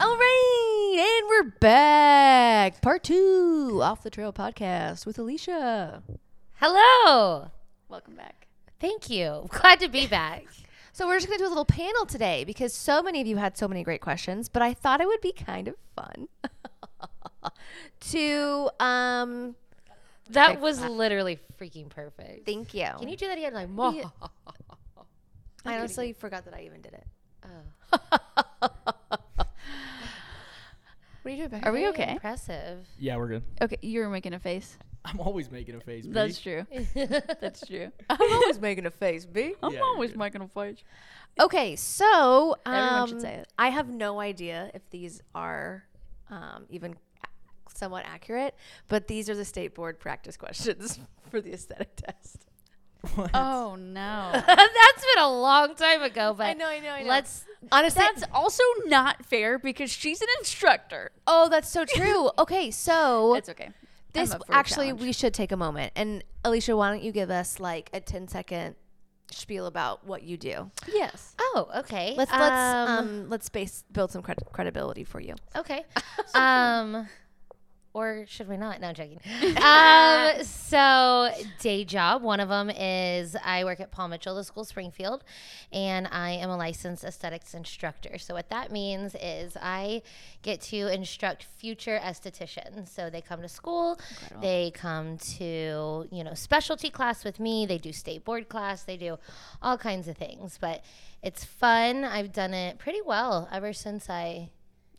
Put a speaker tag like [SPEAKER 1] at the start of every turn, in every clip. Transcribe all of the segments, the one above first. [SPEAKER 1] All right, and we're back. Part two, Off the Trail podcast with Alicia.
[SPEAKER 2] Hello.
[SPEAKER 1] Welcome back.
[SPEAKER 2] Thank you. Glad to be back.
[SPEAKER 1] So we're just going to do a little panel today because so many of you had so many great questions, but I thought it would be kind of fun to um
[SPEAKER 2] That was literally freaking perfect.
[SPEAKER 1] thank you.
[SPEAKER 2] Can you do that again? Like, mo-
[SPEAKER 1] Yeah. I honestly forgot that I even did it.
[SPEAKER 2] Oh,
[SPEAKER 1] What are you doing back?
[SPEAKER 3] Are we
[SPEAKER 2] very
[SPEAKER 3] okay?
[SPEAKER 2] Impressive.
[SPEAKER 4] Yeah, we're good.
[SPEAKER 3] Okay, you were making a face.
[SPEAKER 4] I'm always making a face.
[SPEAKER 3] That's true.
[SPEAKER 2] That's
[SPEAKER 3] That's true.
[SPEAKER 1] I'm always making a face, B.
[SPEAKER 3] I'm
[SPEAKER 4] you're
[SPEAKER 3] always
[SPEAKER 4] good.
[SPEAKER 3] making a face.
[SPEAKER 1] Okay, so um,
[SPEAKER 3] Everyone should say it.
[SPEAKER 1] I have no idea if these are um, even somewhat accurate, but these are the state board practice questions for the aesthetic test.
[SPEAKER 3] Oh no.
[SPEAKER 2] That's been a long time ago, but
[SPEAKER 1] I know, I
[SPEAKER 2] let's.
[SPEAKER 1] honestly.
[SPEAKER 3] That's also not fair because she's an instructor.
[SPEAKER 1] oh, that's so true. Okay, so
[SPEAKER 3] It's okay.
[SPEAKER 1] this actually we should take a moment and Alicia, why don't you give us like a 10 second spiel about what you do?
[SPEAKER 3] yes.
[SPEAKER 2] Oh, okay.
[SPEAKER 1] Let's let's um let's base build some cred- credibility for you.
[SPEAKER 2] Okay. um, or should we not? No, I'm joking. um, so day job. One of them is I work at Paul Mitchell, the school Springfield, and I am a licensed aesthetics instructor. So what that means is I get to instruct future estheticians. So they come to school, they come to you know specialty class with me. They do state board class. They do all kinds of things, but. It's fun. I've done it pretty well ever since I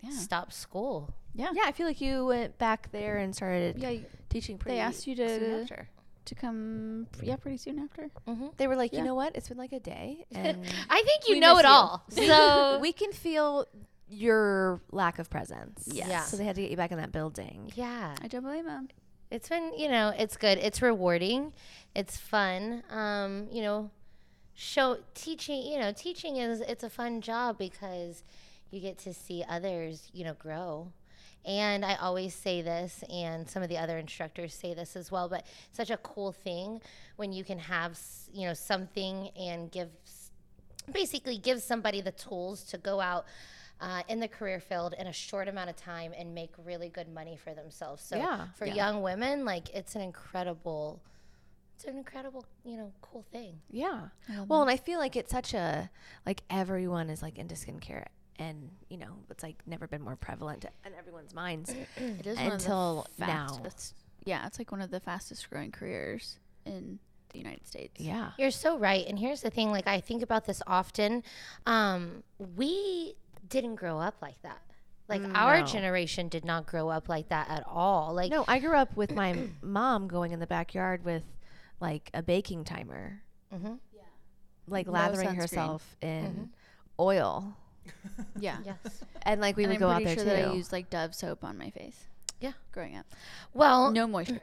[SPEAKER 3] Yeah.
[SPEAKER 2] stop school.
[SPEAKER 1] Yeah, I feel like you went back there and started
[SPEAKER 3] Yeah.
[SPEAKER 1] teaching pretty
[SPEAKER 3] asked you
[SPEAKER 1] soon
[SPEAKER 3] to-
[SPEAKER 1] after.
[SPEAKER 3] To come, yeah, pretty soon after.
[SPEAKER 1] They were like, you
[SPEAKER 3] Yeah.
[SPEAKER 1] know what? It's been like a day, and
[SPEAKER 2] I think you
[SPEAKER 1] We
[SPEAKER 2] know
[SPEAKER 1] miss
[SPEAKER 2] it
[SPEAKER 1] you.
[SPEAKER 2] all. So
[SPEAKER 1] we can feel your lack of presence.
[SPEAKER 3] Yes.
[SPEAKER 2] Yeah.
[SPEAKER 1] So they had to get you back in that building.
[SPEAKER 2] yeah,
[SPEAKER 3] I don't blame him.
[SPEAKER 2] it's been you know it's good. It's rewarding. It's fun. Um, you know, show teaching. You know, teaching is it's a fun job because you get to see others. You know, grow. And I always say this, and some of the other instructors say this as well. But such a cool thing when you can have s- you know something and give s- basically give somebody the tools to go out uh, in the career field in a short amount of time and make really good money for themselves. So
[SPEAKER 1] Yeah.
[SPEAKER 2] for young women, like it's an incredible, it's an incredible, you know, cool thing.
[SPEAKER 1] Yeah. Well, and I feel like it's such a like everyone is like into skincare, and you know it's like never been more prevalent in everyone's minds.
[SPEAKER 3] It is
[SPEAKER 1] Until now.
[SPEAKER 3] Yeah, it's like one of the fastest growing careers in the United States.
[SPEAKER 1] yeah.
[SPEAKER 2] You're so right. And here's the thing: like I think about this often. Um, we didn't grow up like that. Like our
[SPEAKER 1] Mm, no.
[SPEAKER 2] generation did not grow up like that at all. Like
[SPEAKER 1] No, I grew up with my mom going in the backyard with like a baking timer,
[SPEAKER 2] Mhm.
[SPEAKER 1] like
[SPEAKER 3] No
[SPEAKER 1] lathering
[SPEAKER 3] sunscreen.
[SPEAKER 1] herself in oil,
[SPEAKER 3] Yeah.
[SPEAKER 2] yes.
[SPEAKER 1] and like we
[SPEAKER 3] And
[SPEAKER 1] would
[SPEAKER 3] I'm
[SPEAKER 1] go out there
[SPEAKER 3] pretty sure
[SPEAKER 1] too.
[SPEAKER 3] that I used like Dove soap on my face.
[SPEAKER 2] Yeah.
[SPEAKER 3] Growing up.
[SPEAKER 2] Well,
[SPEAKER 3] No moisture.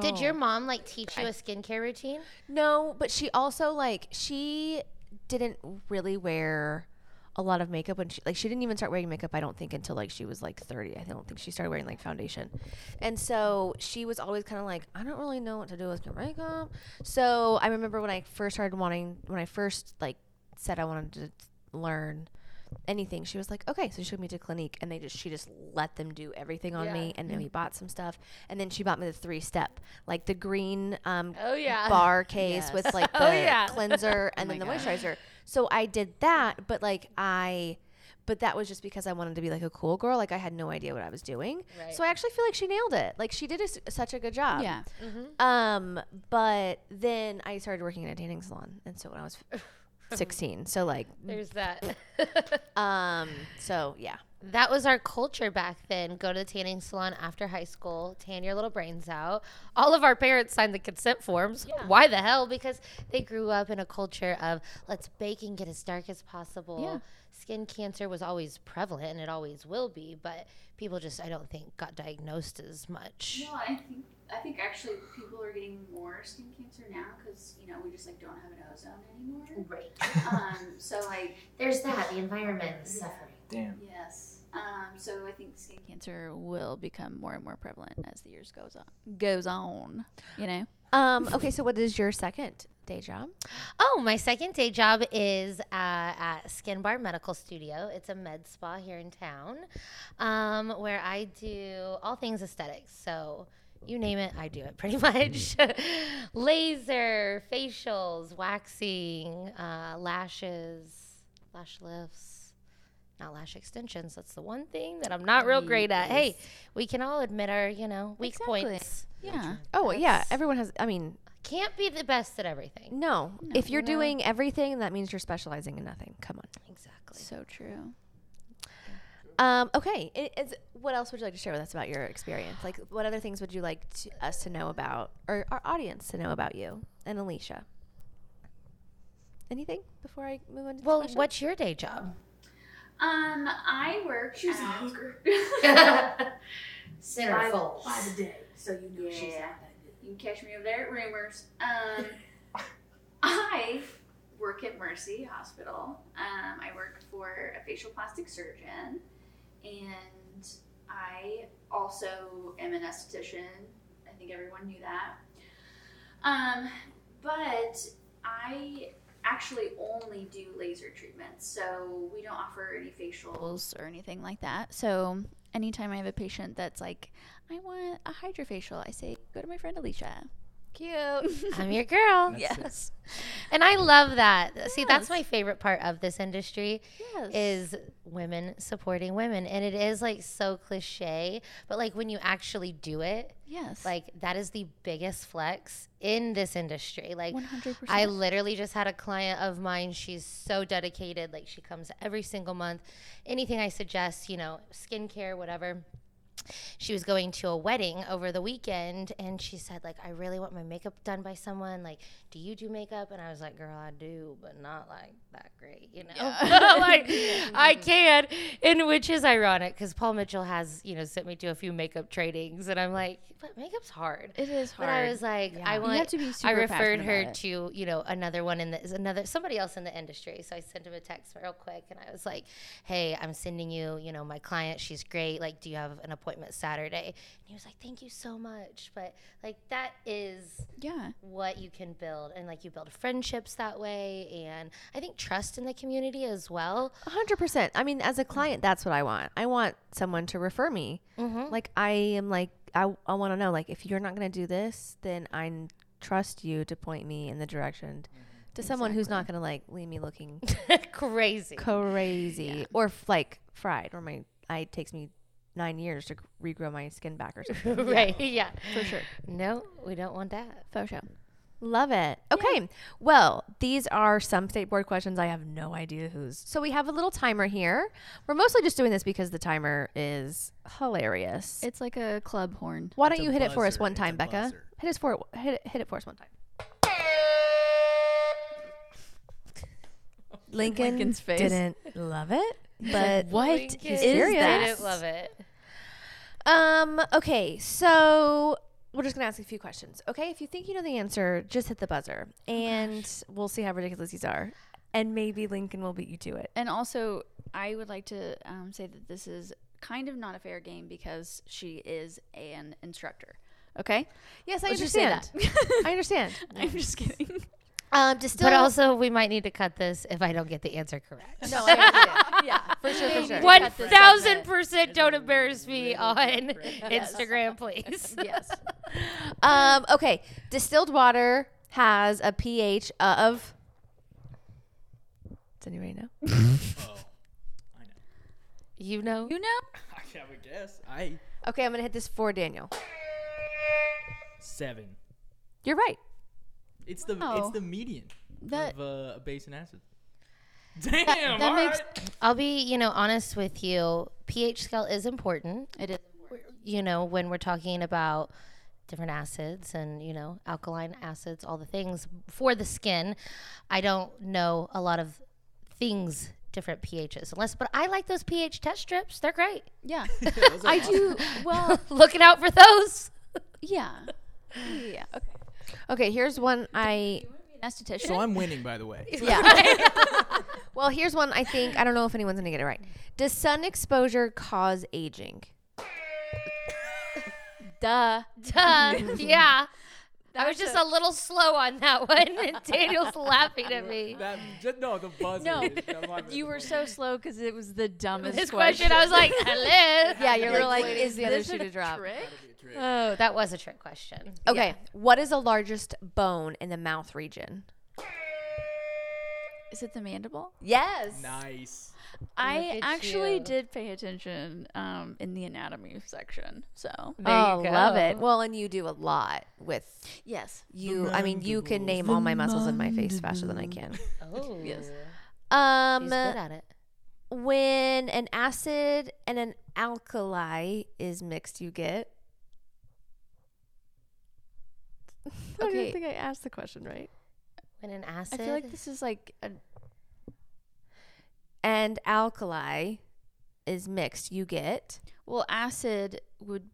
[SPEAKER 2] did your mom like teach you a skincare routine?
[SPEAKER 1] No, but she also like she didn't really wear a lot of makeup when she like she didn't even start wearing makeup I don't think until like she was like 30. I don't think she started wearing like foundation. And so she was always kind of like I don't really know what to do with my makeup. So I remember when I first started wanting when I first like said I wanted to learn anything she was like okay so she took me to clinique and they just she just let them do everything on me and then we bought some stuff and then she bought me the three step like the green um
[SPEAKER 2] Oh yeah.
[SPEAKER 1] bar case with like the
[SPEAKER 2] Oh, yeah. Oh
[SPEAKER 1] cleanser and then the
[SPEAKER 3] God.
[SPEAKER 1] moisturizer. So I did that, but like I but that was just because I wanted to be like a cool girl. Like I had no idea what I was doing.
[SPEAKER 2] Right.
[SPEAKER 1] So I actually feel like she nailed it. Like she did a s such a good job.
[SPEAKER 3] yeah.
[SPEAKER 2] Mm-hmm.
[SPEAKER 1] Um, but then I started working in a tanning salon, and so when I was 16, so like,
[SPEAKER 2] There's that.
[SPEAKER 1] um, so yeah,
[SPEAKER 2] that was our culture back then. Go to the tanning salon after high school, tan your little brains out. All of our parents signed the consent forms. Why the hell? Because they grew up in a culture of let's bake and get as dark as possible.
[SPEAKER 3] Yeah.
[SPEAKER 2] Skin cancer was always prevalent and it always will be, but people just, I don't think, got diagnosed as much.
[SPEAKER 5] No, I think I think actually people are getting more skin cancer now because you know we just like don't have an ozone anymore.
[SPEAKER 2] Right.
[SPEAKER 5] Um, so like
[SPEAKER 2] There's that. The environment is suffering.
[SPEAKER 4] Damn.
[SPEAKER 5] yes, um, so I think skin
[SPEAKER 3] Cancer will become more and more prevalent as the years goes on. Goes on. You know.
[SPEAKER 1] um, okay. So what is your second day job?
[SPEAKER 2] Oh, my second day job is uh, at Skin Bar Medical Studio. It's a med spa here in town um, where I do all things aesthetics. So you name it, I do it pretty much. Laser, facials, waxing, uh, lashes, lash lifts. Not lash extensions. That's the one thing that I'm not real great at. Hey, we can all admit our, you know, weak
[SPEAKER 1] Exactly.
[SPEAKER 2] points.
[SPEAKER 3] Yeah.
[SPEAKER 1] Oh, well, yeah.
[SPEAKER 2] That's-
[SPEAKER 1] Everyone has, I mean,
[SPEAKER 2] Can't be the best at everything.
[SPEAKER 1] no. if you're
[SPEAKER 2] No.
[SPEAKER 1] doing everything, that means you're specializing in nothing. Come on.
[SPEAKER 2] Exactly.
[SPEAKER 3] So true.
[SPEAKER 1] Um, okay. I- is- what else would you like to share with us about your experience? Like, what other things would you like to, us to know about, or our audience to know about you and Alicia? Anything before I move on to the
[SPEAKER 2] Well,
[SPEAKER 1] question?
[SPEAKER 2] what's your day job?
[SPEAKER 5] Um, I work. She's a hooker.
[SPEAKER 4] By the,
[SPEAKER 2] Centerfold.
[SPEAKER 4] by the day, so you know she's
[SPEAKER 5] Yeah.
[SPEAKER 4] out that day.
[SPEAKER 5] You can catch me over there at Rumors. Um, I work at Mercy Hospital. Um, I work for a facial plastic surgeon, and I also am an esthetician. I think everyone knew that. Um, but I actually only do laser treatments, so we don't offer any facial.
[SPEAKER 3] Tools or anything like that. So anytime I have a patient that's like, I want a hydrofacial, I say, go to my friend Alicia.
[SPEAKER 1] cute.
[SPEAKER 2] I'm your girl.
[SPEAKER 3] Yes.
[SPEAKER 2] And I love that. See, that's my favorite part of this industry
[SPEAKER 3] Yes.
[SPEAKER 2] is women supporting women. And it is like so cliche, but like when you actually do it,
[SPEAKER 3] yes.
[SPEAKER 2] like that is the biggest flex in this industry. Like
[SPEAKER 3] 100%.
[SPEAKER 2] I literally just had a client of mine. She's so dedicated. Like she comes every single month. Anything I suggest, you know, skincare, whatever. She was going to a wedding over the weekend and she said like I really want my makeup done by someone. Like, do you do makeup? And I was like, girl, I do, but not like that great, you know. like I can. And which is ironic cuz Paul Mitchell has, you know, sent me to a few makeup trainings and I'm like, but makeup's hard.
[SPEAKER 3] it is hard.
[SPEAKER 2] But I was like, I
[SPEAKER 1] You
[SPEAKER 2] want.
[SPEAKER 3] have to be super
[SPEAKER 2] I referred
[SPEAKER 3] passionate
[SPEAKER 2] her
[SPEAKER 3] about it.
[SPEAKER 2] to you know another one in the is another somebody else in the industry. So I sent him a text real quick, and I was like, "Hey, I'm sending you you know my client. She's great. Like, do you have an appointment Saturday?" And he was like, "Thank you so much." But like that is
[SPEAKER 3] yeah.
[SPEAKER 2] what you can build, and like you build friendships that way, and I think trust in the community as well.
[SPEAKER 1] A hundred percent. I mean, as a client, that's what I want. I want someone to refer me.
[SPEAKER 3] Mm-hmm.
[SPEAKER 2] Mhm.
[SPEAKER 1] Like I am like I, I want to know like if you're not going to do this, then I n- trust you to point me in the direction to someone who's not going to like leave me looking
[SPEAKER 2] Crazy.
[SPEAKER 1] crazy or f- like fried or my I it takes me nine years to regrow my skin back or something.
[SPEAKER 2] Right, yeah.
[SPEAKER 1] For sure.
[SPEAKER 2] No, we don't want that.
[SPEAKER 3] Faux show.
[SPEAKER 1] Love it. Okay. Well, these are some state board questions. I have no idea who's. So we have a little timer here. We're mostly just doing this because the timer is hilarious.
[SPEAKER 3] It's like a club horn.
[SPEAKER 1] Why
[SPEAKER 6] It's
[SPEAKER 1] don't
[SPEAKER 6] a
[SPEAKER 1] you hit it for us
[SPEAKER 6] buzzer.
[SPEAKER 1] one
[SPEAKER 6] It's a
[SPEAKER 1] time, Becca?
[SPEAKER 6] buzzer.
[SPEAKER 1] Hit us for it, hit it, hit it for us one time. Lincoln
[SPEAKER 3] Lincoln's face.
[SPEAKER 1] didn't love it, but
[SPEAKER 3] What
[SPEAKER 2] Wink
[SPEAKER 1] is
[SPEAKER 2] it.
[SPEAKER 1] serious?
[SPEAKER 2] I didn't love it.
[SPEAKER 1] Um. Okay. So we're just gonna ask a few questions. Okay. If you think you know the answer, just hit the buzzer, and we'll see how ridiculous these are, Oh and maybe Lincoln will beat you to it.
[SPEAKER 3] And also, I would like to um, say that this is kind of not a fair game because she is an instructor. Okay?
[SPEAKER 1] Yes, I
[SPEAKER 3] Let's just say
[SPEAKER 1] understand. I understand.
[SPEAKER 3] I'm just kidding.
[SPEAKER 1] Um. Just
[SPEAKER 2] But also, we might need to cut this if I don't get the answer correct.
[SPEAKER 3] No, I understand. yeah, for sure,
[SPEAKER 1] for sure.
[SPEAKER 2] One
[SPEAKER 3] Cut this
[SPEAKER 2] thousand
[SPEAKER 3] segment.
[SPEAKER 2] percent. Don't embarrass me on Instagram, please.
[SPEAKER 3] Yes.
[SPEAKER 1] Um. Okay. Distilled water has a pH of. Does anybody know?
[SPEAKER 6] Oh, I know.
[SPEAKER 2] You know,
[SPEAKER 3] You know?
[SPEAKER 6] I have a guess. I
[SPEAKER 1] Okay. I'm gonna hit this for Daniel.
[SPEAKER 6] seven.
[SPEAKER 1] You're right.
[SPEAKER 6] It's the
[SPEAKER 3] Wow.
[SPEAKER 6] it's the median
[SPEAKER 3] That
[SPEAKER 6] of uh, a base and acid. Damn. That,
[SPEAKER 2] that makes. I'll be, you know, honest with you. pH scale is important.
[SPEAKER 3] it is.
[SPEAKER 2] You know, when we're talking about different acids and you know alkaline acids, all the things for the skin. I don't know a lot of things different pHs unless, but I like those pH test strips. They're great.
[SPEAKER 3] Yeah.
[SPEAKER 6] I
[SPEAKER 3] do. Well,
[SPEAKER 2] Looking out for those.
[SPEAKER 3] yeah. Yeah. Okay.
[SPEAKER 1] Okay. Here's one I.
[SPEAKER 3] An esthetician.
[SPEAKER 6] So I'm winning, by the way.
[SPEAKER 1] Yeah. well, here's one I think I don't know if anyone's gonna get it right. Does sun exposure cause aging?
[SPEAKER 3] Duh.
[SPEAKER 2] Duh. yeah. I was
[SPEAKER 3] That's
[SPEAKER 2] just a little slow on that one, and Daniel's laughing at me.
[SPEAKER 6] That, just, no, the buzzer.
[SPEAKER 3] No,
[SPEAKER 6] is- that might be
[SPEAKER 3] You
[SPEAKER 6] the
[SPEAKER 3] were
[SPEAKER 6] buzzer.
[SPEAKER 3] so slow because it was the dumbest
[SPEAKER 2] This question, I was like, "Hello."
[SPEAKER 1] Yeah, you
[SPEAKER 3] You're
[SPEAKER 1] were like,
[SPEAKER 3] like,
[SPEAKER 1] is the other
[SPEAKER 3] this
[SPEAKER 1] shoe to drop?
[SPEAKER 3] trick?
[SPEAKER 6] That'd be a trick.
[SPEAKER 2] Oh, that was a trick question.
[SPEAKER 1] Okay. What is the largest bone in the mouth region?
[SPEAKER 3] Is it the mandible?
[SPEAKER 1] Yes.
[SPEAKER 6] Nice.
[SPEAKER 3] I
[SPEAKER 2] at
[SPEAKER 3] actually
[SPEAKER 2] you.
[SPEAKER 3] did pay attention um, in the anatomy section. So
[SPEAKER 1] oh, love it.
[SPEAKER 2] go.
[SPEAKER 1] Well, and you do a lot with
[SPEAKER 3] yes,
[SPEAKER 1] you. I mean, you can name all my muscles in my face faster than I can.
[SPEAKER 2] Oh,
[SPEAKER 3] Yes.
[SPEAKER 2] He's
[SPEAKER 1] Um,
[SPEAKER 2] good at it.
[SPEAKER 1] when an acid and an alkali is mixed, you get.
[SPEAKER 3] I don't
[SPEAKER 1] Okay.
[SPEAKER 3] even think I asked the question right.
[SPEAKER 2] When an
[SPEAKER 3] I
[SPEAKER 2] acid.
[SPEAKER 3] feel like this is like a,
[SPEAKER 1] And alkali is mixed, you get.
[SPEAKER 3] well, acid would.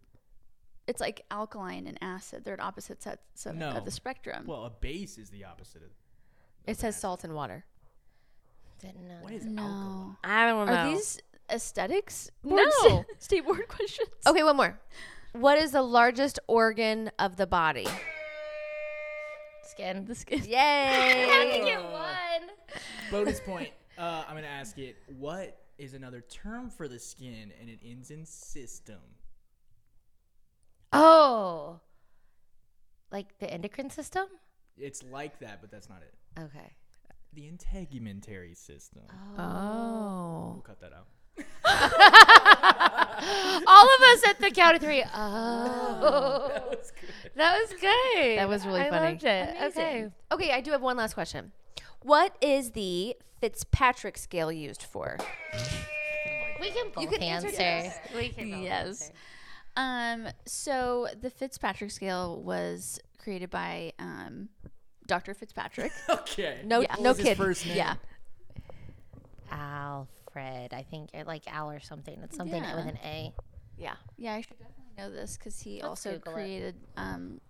[SPEAKER 3] It's like alkaline and acid. They're at opposite sets of,
[SPEAKER 6] No.
[SPEAKER 3] of the spectrum.
[SPEAKER 6] Well, a base is the opposite of.
[SPEAKER 1] It says salt and water.
[SPEAKER 2] Didn't know.
[SPEAKER 6] What is
[SPEAKER 3] no,
[SPEAKER 1] I don't
[SPEAKER 3] are these aesthetics?
[SPEAKER 1] No. Oh,
[SPEAKER 3] state board questions.
[SPEAKER 1] Okay, one more. What is the largest organ of the body?
[SPEAKER 2] Skin.
[SPEAKER 3] the skin.
[SPEAKER 2] How did
[SPEAKER 1] Yay!
[SPEAKER 2] you get one?
[SPEAKER 6] alkaline? Bonus point. Uh, I'm gonna ask it. What is another term for the skin, and it ends in system?
[SPEAKER 2] Oh, like the endocrine system.
[SPEAKER 6] It's like that, but that's not it.
[SPEAKER 2] Okay.
[SPEAKER 6] The integumentary system.
[SPEAKER 1] Oh.
[SPEAKER 6] We'll cut that out.
[SPEAKER 2] All of us at the count of three. Oh,
[SPEAKER 6] That was good.
[SPEAKER 2] that was good.
[SPEAKER 1] That was really
[SPEAKER 2] I
[SPEAKER 1] funny.
[SPEAKER 2] loved it. Okay.
[SPEAKER 1] Amazing. Okay, I do have one last question. What is the Fitzpatrick scale used for?
[SPEAKER 2] We can both
[SPEAKER 1] can answer
[SPEAKER 2] answer. We can both
[SPEAKER 3] Yes.
[SPEAKER 2] answer.
[SPEAKER 3] Um, so the Fitzpatrick scale was created by um, Dr. Fitzpatrick.
[SPEAKER 6] Okay.
[SPEAKER 1] No,
[SPEAKER 3] Yeah.
[SPEAKER 1] no
[SPEAKER 6] What was his
[SPEAKER 1] kid.
[SPEAKER 6] first name?
[SPEAKER 3] yeah.
[SPEAKER 2] Alfred, I think, or like Al or something. It's something
[SPEAKER 3] Yeah.
[SPEAKER 2] with an A.
[SPEAKER 1] Yeah.
[SPEAKER 3] Yeah, I should definitely know this because he also
[SPEAKER 2] Google it.
[SPEAKER 3] created um,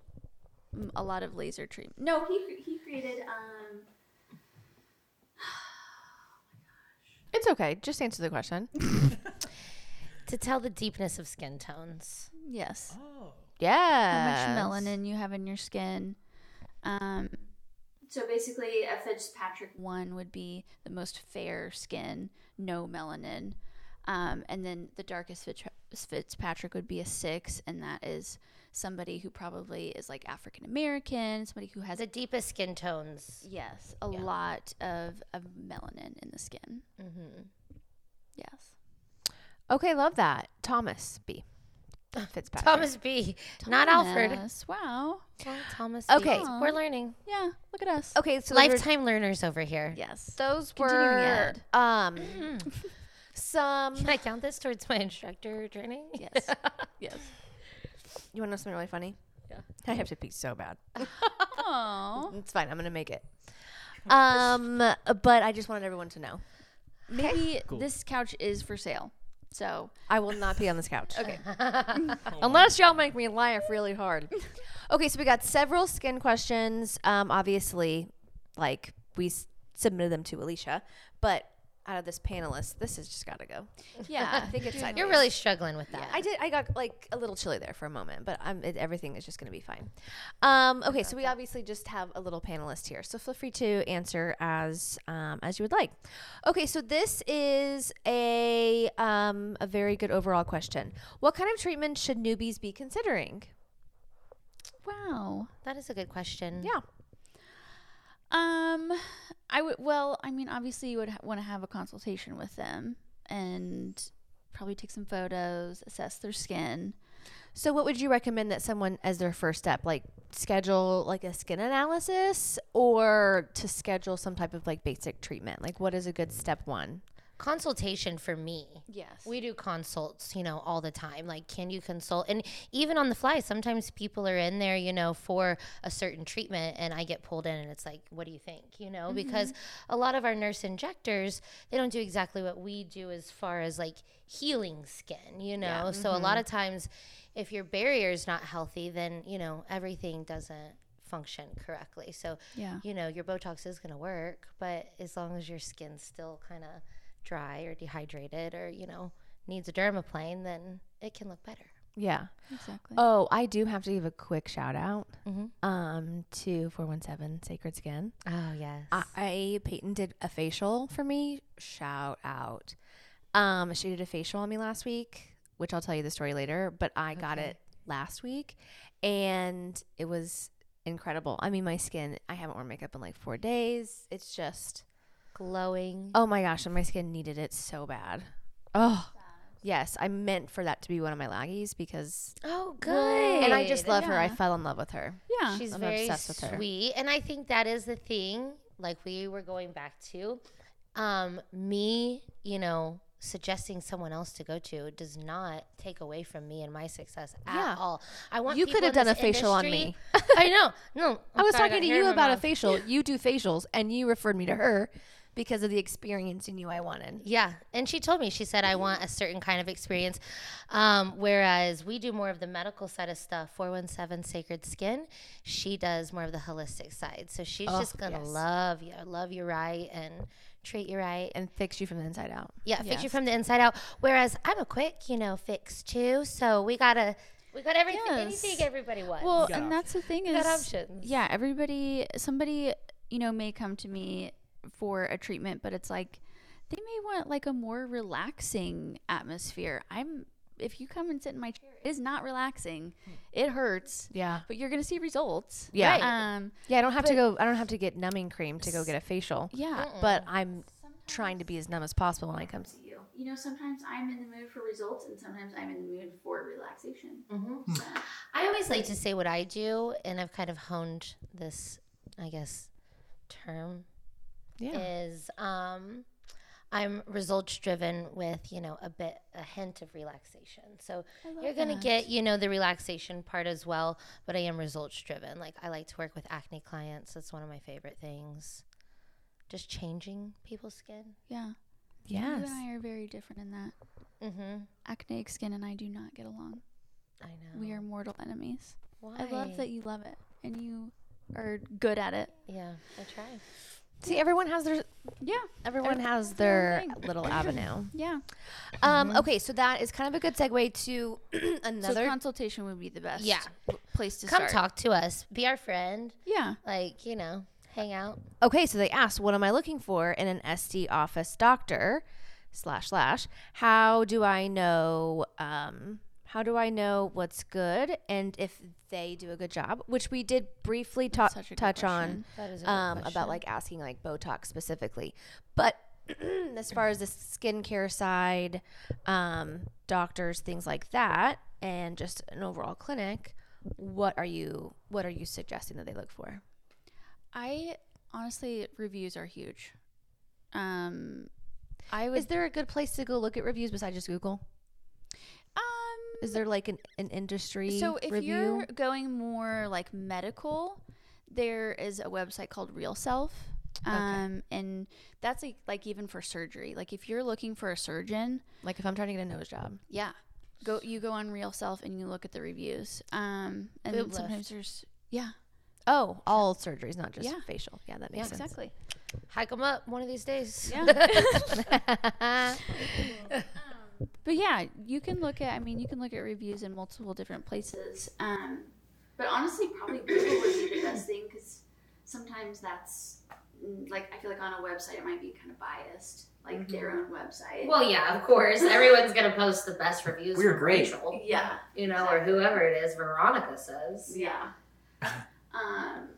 [SPEAKER 3] m- a lot of laser treatment. No,
[SPEAKER 5] No, he cre- he created um
[SPEAKER 1] It's okay. Just answer the question.
[SPEAKER 2] To tell the deepness of skin tones.
[SPEAKER 3] yes.
[SPEAKER 6] Oh.
[SPEAKER 1] Yeah.
[SPEAKER 3] How much melanin you have in your skin. Um,
[SPEAKER 5] so basically a Fitzpatrick
[SPEAKER 3] one would be the most fair skin, no melanin. Um, and then the darkest Fitz- Fitzpatrick would be a six, and that is somebody who probably is like African American, somebody who has
[SPEAKER 2] The deepest skin tones.
[SPEAKER 3] Yes, a lot of, of melanin in the skin.
[SPEAKER 2] Mm-hmm.
[SPEAKER 3] Yes.
[SPEAKER 1] Okay, love that. Thomas B. Fitzpatrick.
[SPEAKER 2] Thomas B. Not Alfred.
[SPEAKER 3] Yes, Wow.
[SPEAKER 2] Well, Thomas.
[SPEAKER 1] Okay.
[SPEAKER 2] B. we're learning.
[SPEAKER 3] Yeah. Look at us.
[SPEAKER 1] Okay, so those were-
[SPEAKER 2] Lifetime learners over here.
[SPEAKER 3] Yes.
[SPEAKER 1] Those
[SPEAKER 3] Continuing
[SPEAKER 1] were
[SPEAKER 3] ed.
[SPEAKER 1] um some.
[SPEAKER 2] Can I count this towards my instructor training?
[SPEAKER 3] Yes. yes.
[SPEAKER 1] You want to know something really funny?
[SPEAKER 2] Yeah.
[SPEAKER 1] I have to pee so bad.
[SPEAKER 3] Oh.
[SPEAKER 1] It's fine. I'm gonna make it. Um, but I just wanted everyone to know
[SPEAKER 3] Maybe
[SPEAKER 6] Cool.
[SPEAKER 3] this couch is for sale. So
[SPEAKER 1] I will not be on this couch. Okay.
[SPEAKER 6] Oh my
[SPEAKER 1] Unless y'all make me laugh really hard. Okay, so we got several skin questions. Um, obviously, like we s- submitted them to Alicia, but out of this panelist, this has just got to go.
[SPEAKER 3] yeah,
[SPEAKER 1] I think it's
[SPEAKER 2] You're
[SPEAKER 1] sideways.
[SPEAKER 2] really struggling with that.
[SPEAKER 1] I did. I got like a little chilly there for a moment, but I'm, it, everything is just going to be fine. Um, okay, so we obviously just have a little panelist here, so feel free to answer as um, as you would like. Okay, so this is a um, a very good overall question. What kind of treatment should newbies be considering?
[SPEAKER 3] wow.
[SPEAKER 2] That is a good question.
[SPEAKER 1] Yeah,
[SPEAKER 3] Um, I would. Well, I mean, obviously, you would ha- want to have a consultation with them and probably take some photos, assess their skin.
[SPEAKER 1] So, what would you recommend that someone, as their first step, like schedule like a skin analysis or to schedule some type of like basic treatment? Like, what is a good step one?
[SPEAKER 2] Consultation for me.
[SPEAKER 3] Yes.
[SPEAKER 2] We do consults, you know, all the time. Like, can you consult? And even on the fly, sometimes people are in there, you know, for a certain treatment, and I get pulled in, and it's like, what do you think? You know, because a lot of our nurse injectors, they don't do exactly what we do as far as like healing skin, you know? So a lot of times, if your barrier is not healthy, then, you know, everything doesn't function correctly. So,
[SPEAKER 3] Yeah.
[SPEAKER 2] you know, your Botox is going to work, but as long as your skin's still kind of dry or dehydrated or, you know, needs a dermaplane, then it can look better.
[SPEAKER 1] Yeah.
[SPEAKER 3] Exactly.
[SPEAKER 1] Oh, I do have to give a quick shout out
[SPEAKER 2] Mhm.
[SPEAKER 1] um, to 417 Sacred Skin.
[SPEAKER 2] Oh yes.
[SPEAKER 1] I, I Peyton did a facial for me. Shout out. Um, she did a facial on me last week, which I'll tell you the story later. But I got
[SPEAKER 2] Okay.
[SPEAKER 1] it last week, and it was incredible. I mean, my skin. I haven't worn makeup in like four days. It's just.
[SPEAKER 2] Glowing.
[SPEAKER 1] Oh my gosh, and my skin needed it so bad. Oh. Yes, I meant for that to be one of my laggies because,
[SPEAKER 2] Oh, good.
[SPEAKER 1] and I just love her. I
[SPEAKER 3] Yeah.
[SPEAKER 1] fell in love with her.
[SPEAKER 3] yeah.
[SPEAKER 2] She's
[SPEAKER 1] I'm
[SPEAKER 2] very
[SPEAKER 1] obsessed with her.
[SPEAKER 2] sweet, and I think that is the thing. Like we were going back to, um, me, you know, suggesting someone else to go to does not take away from me and my success at
[SPEAKER 1] Yeah.
[SPEAKER 2] all. I want
[SPEAKER 1] You
[SPEAKER 2] people
[SPEAKER 1] could have
[SPEAKER 2] in
[SPEAKER 1] done a
[SPEAKER 2] this
[SPEAKER 1] facial on
[SPEAKER 2] industry-
[SPEAKER 1] me.
[SPEAKER 2] I know. No,
[SPEAKER 1] I was
[SPEAKER 2] sorry,
[SPEAKER 1] Oh, talking
[SPEAKER 2] got
[SPEAKER 1] to
[SPEAKER 2] hair in
[SPEAKER 1] you
[SPEAKER 2] my
[SPEAKER 1] about a
[SPEAKER 2] mouth.
[SPEAKER 1] facial. You do facials, and you referred me to her because of the experience you knew I wanted.
[SPEAKER 2] Yeah, and she told me she said I want a certain kind of experience, um, whereas we do more of the medical side of stuff. Four one seven Sacred Skin, she does more of the holistic side. So she's
[SPEAKER 1] Oh,
[SPEAKER 2] just gonna
[SPEAKER 1] yes.
[SPEAKER 2] love you, love you right, and treat you right, and
[SPEAKER 1] And fix you from the inside out.
[SPEAKER 2] yeah, fix you
[SPEAKER 3] Yes.
[SPEAKER 2] from the inside out. Whereas I'm a quick, you know, fix too. So we gotta, we got everything,
[SPEAKER 3] Yes.
[SPEAKER 2] anything everybody wants.
[SPEAKER 3] Well,
[SPEAKER 6] got
[SPEAKER 3] and that's the thing
[SPEAKER 2] we
[SPEAKER 3] is,
[SPEAKER 2] got options.
[SPEAKER 3] yeah, everybody, somebody, you know, may come to me for a treatment, but it's like they may want like a more relaxing atmosphere. I'm, if you come and sit in my chair, it is not relaxing. It hurts,
[SPEAKER 1] Hmm. Yeah.
[SPEAKER 3] but you're gonna see results.
[SPEAKER 1] Yeah.
[SPEAKER 2] Right.
[SPEAKER 3] Um.
[SPEAKER 1] Yeah. I don't have to go. I don't have to get numbing cream to go get a facial.
[SPEAKER 3] Yeah.
[SPEAKER 1] But I'm trying to be as numb as possible when I come.
[SPEAKER 5] to you. You know, sometimes I'm in the mood for results, and sometimes I'm in the mood for relaxation.
[SPEAKER 2] Mm-hmm. I always like to say what I do, and I've kind of honed this, I guess, term
[SPEAKER 1] Yeah.
[SPEAKER 2] is um, I'm results driven with you know a bit a hint of relaxation. So you're gonna get you know the relaxation part as well, but I am results driven. Like I like to work with acne clients. That's one of my favorite things. Just changing people's skin.
[SPEAKER 3] Yeah. You
[SPEAKER 1] Yes.
[SPEAKER 3] and I are very different in that.
[SPEAKER 2] Mm-hmm.
[SPEAKER 3] Acneic skin and I do not get along.
[SPEAKER 2] I know.
[SPEAKER 3] We are mortal enemies.
[SPEAKER 2] Why?
[SPEAKER 3] I love that you love it and you are good at it.
[SPEAKER 2] Yeah, I try.
[SPEAKER 1] See, everyone has their
[SPEAKER 3] Yeah.
[SPEAKER 1] everyone
[SPEAKER 3] Everyone
[SPEAKER 1] has
[SPEAKER 3] has their
[SPEAKER 1] their
[SPEAKER 3] own
[SPEAKER 1] little avenue.
[SPEAKER 3] Yeah.
[SPEAKER 1] Um. Okay. So that is kind of a good segue to
[SPEAKER 3] So
[SPEAKER 1] another.
[SPEAKER 3] consultation would be the best.
[SPEAKER 2] Yeah.
[SPEAKER 3] Place to
[SPEAKER 2] Come
[SPEAKER 3] start.
[SPEAKER 2] talk to us. Be our friend.
[SPEAKER 3] Yeah.
[SPEAKER 2] Like you know, hang out.
[SPEAKER 1] Okay, so they asked, what am I looking for in an SD office doctor? Slash slash. How do I know? Um, how do I know what's good and if they do a good job? Which we did briefly ta-
[SPEAKER 3] such a good
[SPEAKER 1] touch
[SPEAKER 3] question.
[SPEAKER 1] on
[SPEAKER 2] That is a good
[SPEAKER 1] um,
[SPEAKER 2] question.
[SPEAKER 1] about like asking like Botox specifically, but as far as the skincare side, um, doctors, things like that, and just an overall clinic, what are you what are you suggesting that they look for?
[SPEAKER 3] I honestly reviews are huge. Um I would
[SPEAKER 1] Is there a good place to go look at reviews besides just Google?
[SPEAKER 3] um
[SPEAKER 1] Is there like an, an industry
[SPEAKER 3] So if
[SPEAKER 1] review?
[SPEAKER 3] you're going more like medical, there is a website called Real Self. Um, and that's like, like even for surgery. Like if you're looking for a surgeon,
[SPEAKER 1] like if I'm trying to get a nose job.
[SPEAKER 3] yeah, go you go on Real Self and you look at the reviews. Um, and
[SPEAKER 2] Boob lift.
[SPEAKER 3] sometimes there's yeah,
[SPEAKER 1] Oh, all surgeries, not just
[SPEAKER 3] Yeah.
[SPEAKER 1] facial. Yeah, that makes sense.
[SPEAKER 3] exactly.
[SPEAKER 2] Hike them up one of these days.
[SPEAKER 3] But yeah, you can look at. I mean, you can look at reviews in multiple different places.
[SPEAKER 5] Um, but honestly, probably Google would be the best thing because sometimes that's mm, like I feel like on a website it might be kind of biased, like their own website.
[SPEAKER 2] Well, yeah, of course. Everyone's gonna post the best reviews.
[SPEAKER 6] We're
[SPEAKER 2] for
[SPEAKER 6] great.
[SPEAKER 2] Rachel,
[SPEAKER 5] yeah,
[SPEAKER 2] you know, or whoever it is. Veronica says.
[SPEAKER 5] yeah. um,